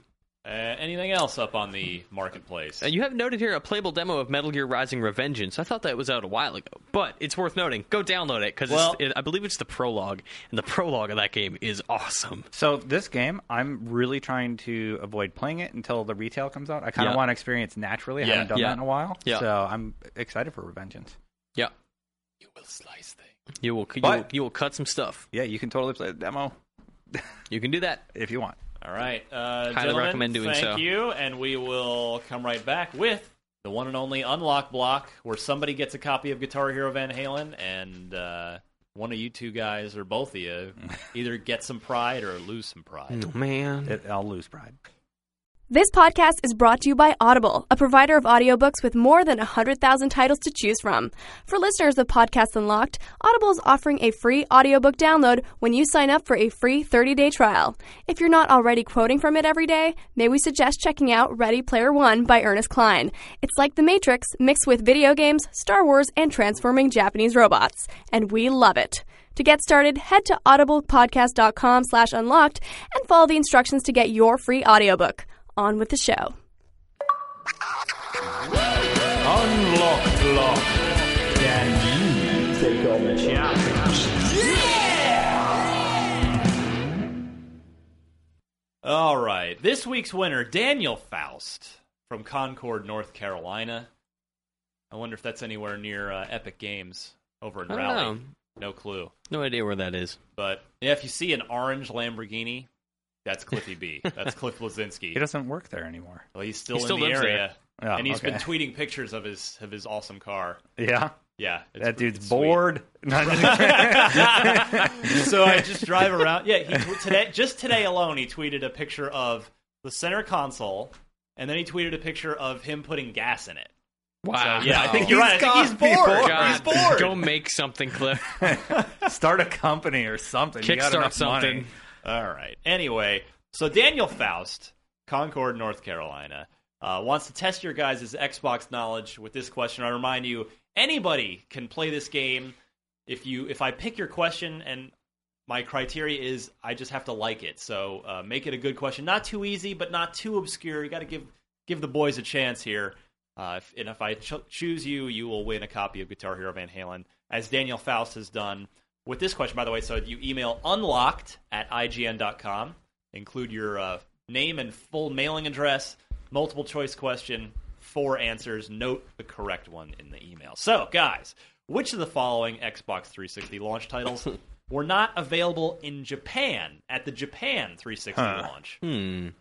Uh, anything else up on the marketplace? Uh, you have noted here a playable demo of Metal Gear Rising: Revengeance. I thought that was out a while ago, but it's worth noting. Go download it because Well- it, I believe it's the prologue, and the prologue of that game is awesome. So this game, I'm really trying to avoid playing it until the retail comes out. I kind of Yeah. want to experience naturally. I Yeah, haven't done yeah. that in a while, Yeah. so I'm excited for Revengeance. Yeah. you will slice things. You will, you But- will you will cut some stuff. Yeah, you can totally play the demo You can do that. if you want. All right, uh, Highly gentlemen, recommend doing thank so. you, and we will come right back with the one and only unlock block, where somebody gets a copy of Guitar Hero Van Halen, and uh, one of you two guys or both of you either get some pride or lose some pride. man. It, I'll lose pride. This podcast is brought to you by Audible, a provider of audiobooks with more than 100,000 titles to choose from. For listeners of Podcasts Unlocked, Audible is offering a free audiobook download when you sign up for a free 30-day trial. If you're not already quoting from it every day, may we suggest checking out Ready Player One by Ernest Klein. It's like The Matrix mixed with video games, Star Wars, and transforming Japanese robots, and we love it. To get started, head to audiblepodcast.com slash unlocked and follow the instructions to get your free audiobook. On with the show. Unlock lock. Can you take on the challenge? All right. This week's winner, Daniel Faust from Concord, North Carolina. I wonder if that's anywhere near uh, Epic Games over in I don't Raleigh. know. No clue. No idea where that is. But yeah, if you see an orange Lamborghini, that's Cliffy B. That's Cliff Blazinski. He doesn't work there anymore. Well, he's still He in still the lives area, there. Oh, and he's okay. been tweeting pictures of his of his awesome car. Yeah, Yeah, it's that pretty dude's sweet. bored. No, I'm just kidding. so I just drive around. Yeah, he tw- today just today alone he tweeted a picture of the center console, and then he tweeted a picture of him putting gas in it. Wow. Yeah, I think you're right. I think he's He's bored. God, He's bored. Go make something, Cliff. Start a company or something. You got Kickstart enough money. something. All right. Anyway, so Daniel Faust, Concord, North Carolina, uh, wants to test your guys' Xbox knowledge with this question. I remind you, anybody can play this game if you if I pick your question and my criteria is I just have to like it. So uh, make it a good question, not too easy, but not too obscure. You got to give give the boys a chance here. Uh, if, and if I cho- choose you, you will win a copy of Guitar Hero Van Halen, as Daniel Faust has done with this question, by the way. So you email unlocked at ign.com, include your uh, name and full mailing address, multiple choice question, four answers. Note the correct one in the email. So, guys, which of the following Xbox 360 launch titles were not available in Japan at the Japan 360 Huh. Hmm. launch?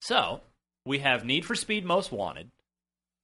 So we have Need for Speed Most Wanted,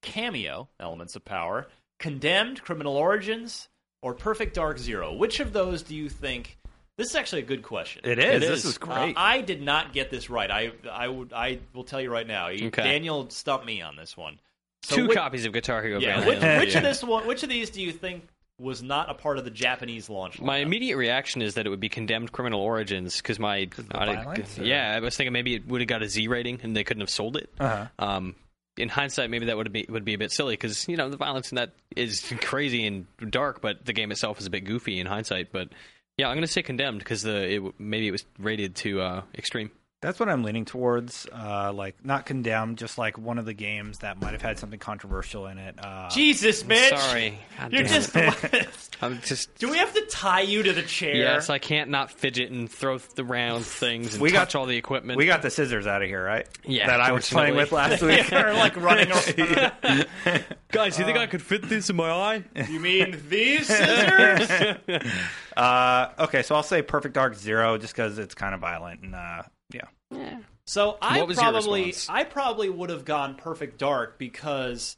Cameo, Elements of Power, Condemned, Criminal Origins, or Perfect Dark Zero. Which of those do you think? This is actually a good question. It is. It This is. is great. Uh, I did not get this right. I I would I will tell you right now. You- Okay. Daniel stumped me on this one. So Two which- copies of Guitar Hero. Yeah. Grand Which, Theft Auto. which of this one? Which of these do you think was not a part of the Japanese launch? My lineup? immediate reaction is that it would be condemned criminal origins because my the I- violence, or- yeah, I was thinking maybe it would have got a Z rating and they couldn't have sold it. Uh-huh. Um, in hindsight, maybe that would be would be a bit silly because you know the violence in that is crazy and dark, but the game itself is a bit goofy in hindsight. But yeah, I'm gonna say condemned because the it, w- maybe it was rated to uh, extreme. That's what I'm leaning towards. Uh, like not condemned, just like one of the games that might have had something controversial in it. Uh, Jesus, Mitch. Sorry, God You're damn just. I'm just Do we have to tie you to the chair? yes, I can't not fidget and throw th- around things and We got- touch all the equipment. we got the scissors out of here, right? Yeah, that I was playing with last They week. are like running around. guys. You think I Uh, could fit this in my eye? You mean these scissors? Uh, okay, so I'll say Perfect Dark Zero just because it's kind of violent and uh, yeah. So I What was your probably response? I probably would have gone perfect dark because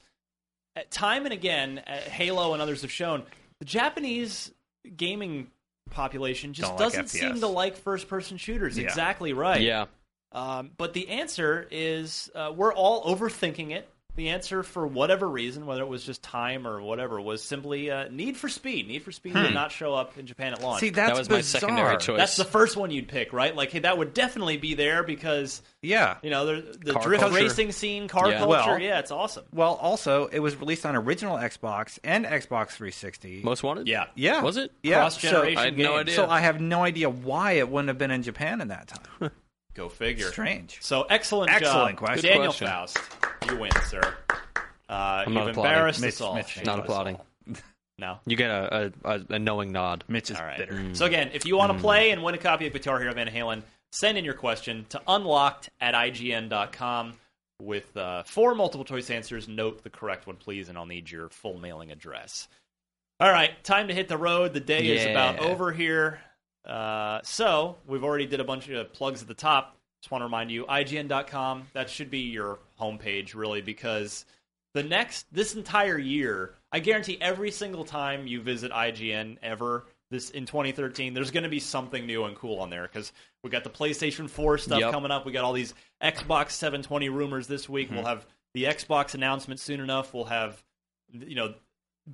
uh, time and again uh, Halo and others have shown the Japanese gaming population just Don't like doesn't seem FPS. to like first person shooters. Yeah. Exactly right. Yeah. Um, but the answer is uh, we're all overthinking it. The answer, for whatever reason, whether it was just time or whatever, was simply uh, Need for Speed. Need for Speed Hmm. did not show up in Japan at launch. See, that's that was my secondary choice. That's the first one you'd pick, right? Like, hey, that would definitely be there because Yeah. you know there- the Car drift culture. racing scene, car Yeah. culture. Well- yeah, it's awesome. Well, also it was released on original Xbox and Xbox 360. Most wanted. Yeah, yeah, Was it? Yeah, Cross generation. I had no game. idea. So, so I have no idea why it wouldn't have been in Japan in that time. Go figure. Strange. So excellent, Excellent job. question. Daniel Good question. Faust. You win, sir. Uh, you've not applauding. embarrassed Mitch- us all. Mitch- Not Yes. applauding. No. You get a, a, a, a knowing nod. Mitch is All right. Mm. bitter. So again, if you want to play and win a copy of Guitar Hero Van Halen, send in your question to unlocked at ign.com with uh, four multiple choice answers. Note the correct one, please, and I'll need your full mailing address. All right, time to hit the road. The day is Yeah. about over here. Uh, so we've already did a bunch of plugs at the top. Just want to remind you, ign.com. That should be your homepage, really, because the next this entire year, I guarantee every single time you visit IGN ever this in 2013, there's going to be something new and cool on there because we got the PlayStation 4 stuff Yep. coming up. We got all these Xbox 720 rumors this week. Mm-hmm. We'll have the Xbox announcement soon enough. We'll have you know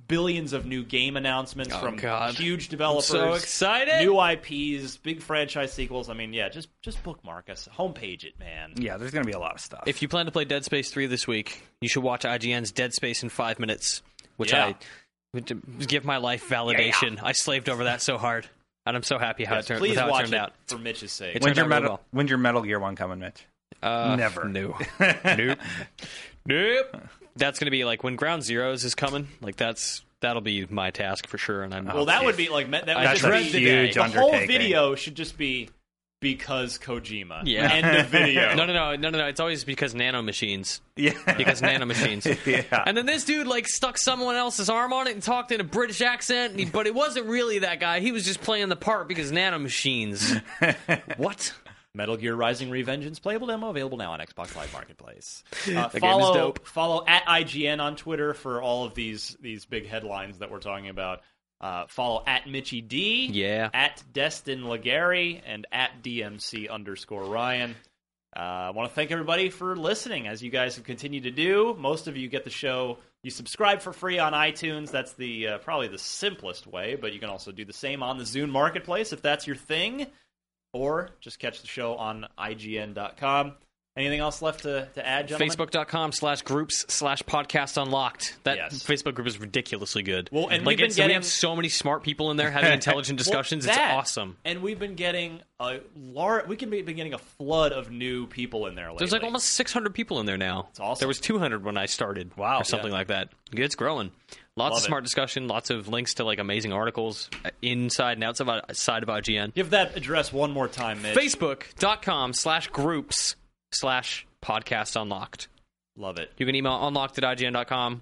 billions of new game announcements Oh, from God. huge developers. so excited! New IPs, big franchise sequels. I mean, yeah, just just bookmark us, homepage it, man. Yeah, there's going to be a lot of stuff. If you plan to play Dead Space 3 this week, you should watch IGN's Dead Space in 5 minutes, which Yeah. I which give my life validation. I slaved over that so hard, and I'm so happy how Yes, it turned please with how watch it turned out. for Mitch's sake. It when's turned your out metal really when's your Metal Gear One coming, Mitch? well. Uh, Never. No. nope. Nope. That's going to be like when Ground Zeroes is coming, like that's that'll be my task for sure and I'm Well, that would be like that would That's just a be- huge the whole undertaking. video should just be because Kojima. Yeah. End of video. No, no, no, no, no, no. It's always because nano machines. Yeah. because nano machines. Yeah. And then this dude like stuck someone else's arm on it and talked in a British accent, and he, but it wasn't really that guy. He was just playing the part because nano machines. what? Metal Gear Rising Revengeance playable demo available now on Xbox Live Marketplace. Uh, is follow dope. follow at IGN on Twitter for all of these these big headlines that we're talking about. Uh, follow at Mitchie D, Yeah. at Destin Legary, and at DMC underscore Ryan. Uh, I want to thank everybody for listening, as you guys have continued to do. Most of you get the show. You subscribe for free on iTunes. That's the uh, probably the simplest way, but you can also do the same on the Zune Marketplace if that's your thing or just catch the show on IGN.com. Anything else left to, to add, gentlemen? Facebook.com slash groups slash podcast unlocked. That Yes. Facebook group is ridiculously good. Well, and we've like been it's, we getting- have so many smart people in there having intelligent Well, discussions. that- it's awesome. And we've been getting a large. We can be, been getting a flood of new people in there lately. There's like almost 600 people in there now. It's awesome. There was 200 when I started. Wow, or something like that. It's growing. Love Lots of it. smart discussion. Lots of links to like amazing articles uh, inside and outside of, outside of IGN. Give that address one more time, Mitch. Facebook.com slash groups slash podcast unlocked. Love it. You can email unlocked at IGN.com.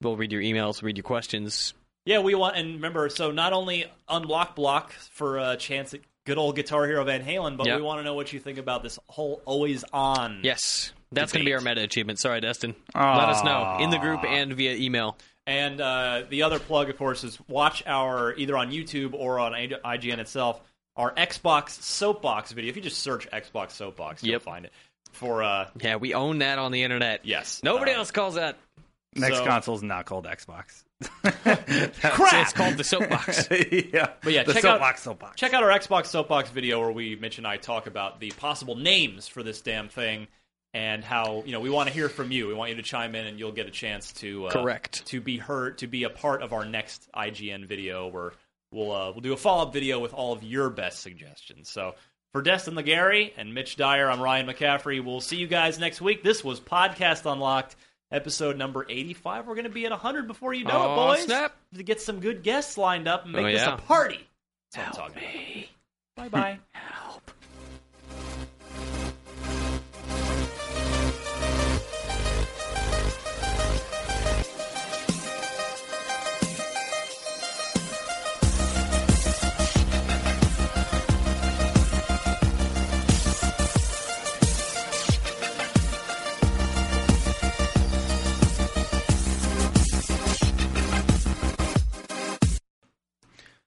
We'll read your emails, read your questions. Yeah, we want and remember. So not only unblock block for a chance at good old Guitar Hero Van Halen, but Yep. we want to know what you think about this whole always on. Yes. That's going to be our meta achievement. Sorry, Destin. Let Aw. us know in the group and via email. And uh, the other plug, of course, is watch our either on YouTube or on I- IGN itself our Xbox Soapbox video. If you just search Xbox Soapbox, you'll Yep. find it. For uh, Yeah, we own that on the internet. Yes. Nobody Uh, else calls that. Next So- console's not called Xbox. Crap. It's called the soapbox. yeah, But yeah, the check soapbox, out soapbox. check out our Xbox soapbox video where we Mitch and I talk about the possible names for this damn thing and how you know we want to hear from you. We want you to chime in and you'll get a chance to uh, Correct. to be heard to be a part of our next IGN video where we'll uh, we'll do a follow up video with all of your best suggestions. So for Destin Legary and Mitch Dyer, I'm Ryan McCaffrey. We'll see you guys next week. This was Podcast Unlocked. Episode number 85. We're going to be at 100 before you know it, Aw, boys. snap. To get some good guests lined up and make Oh, this yeah. a party. That's what I'm talking about. Bye bye.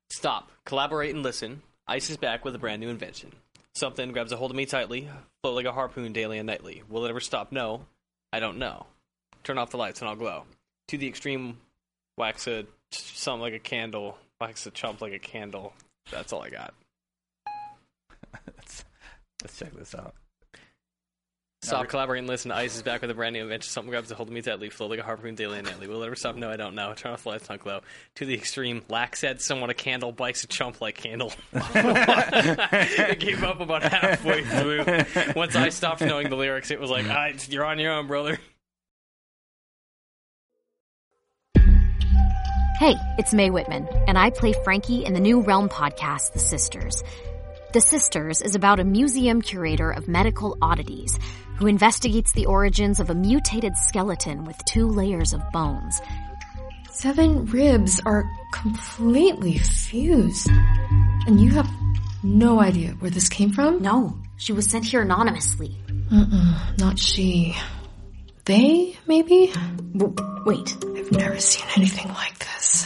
Stop, collaborate, and listen. Ice is back with a brand new invention. Something grabs a hold of me tightly, float like a harpoon daily and nightly. Will it ever stop? No, I don't know. Turn off the lights and I'll glow. To the extreme, wax a something like a candle, wax a chump like a candle. That's all I got. Let's check this out. Stop, collaborate, and listen. Ice is back with a brand new invention. Something grabs a hold of me tightly, float like a harpoon daily and nightly. Will it ever stop? No, I don't know. Turn off the lights and I'll glow. To the extreme, lax at someone a candle, bikes a chump like candle. I gave up about halfway through. Once I stopped knowing the lyrics, it was like, "Ah, it's- you're on your own, brother. Hey, it's Mae Whitman, and I play Frankie in the New Realm podcast, The Sisters. The Sisters is about a museum curator of medical oddities who investigates the origins of a mutated skeleton with two layers of bones. Seven ribs are completely fused. And you have no idea where this came from? No, she was sent here anonymously. Not she. They, maybe? W- wait. I've never seen anything like this.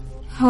How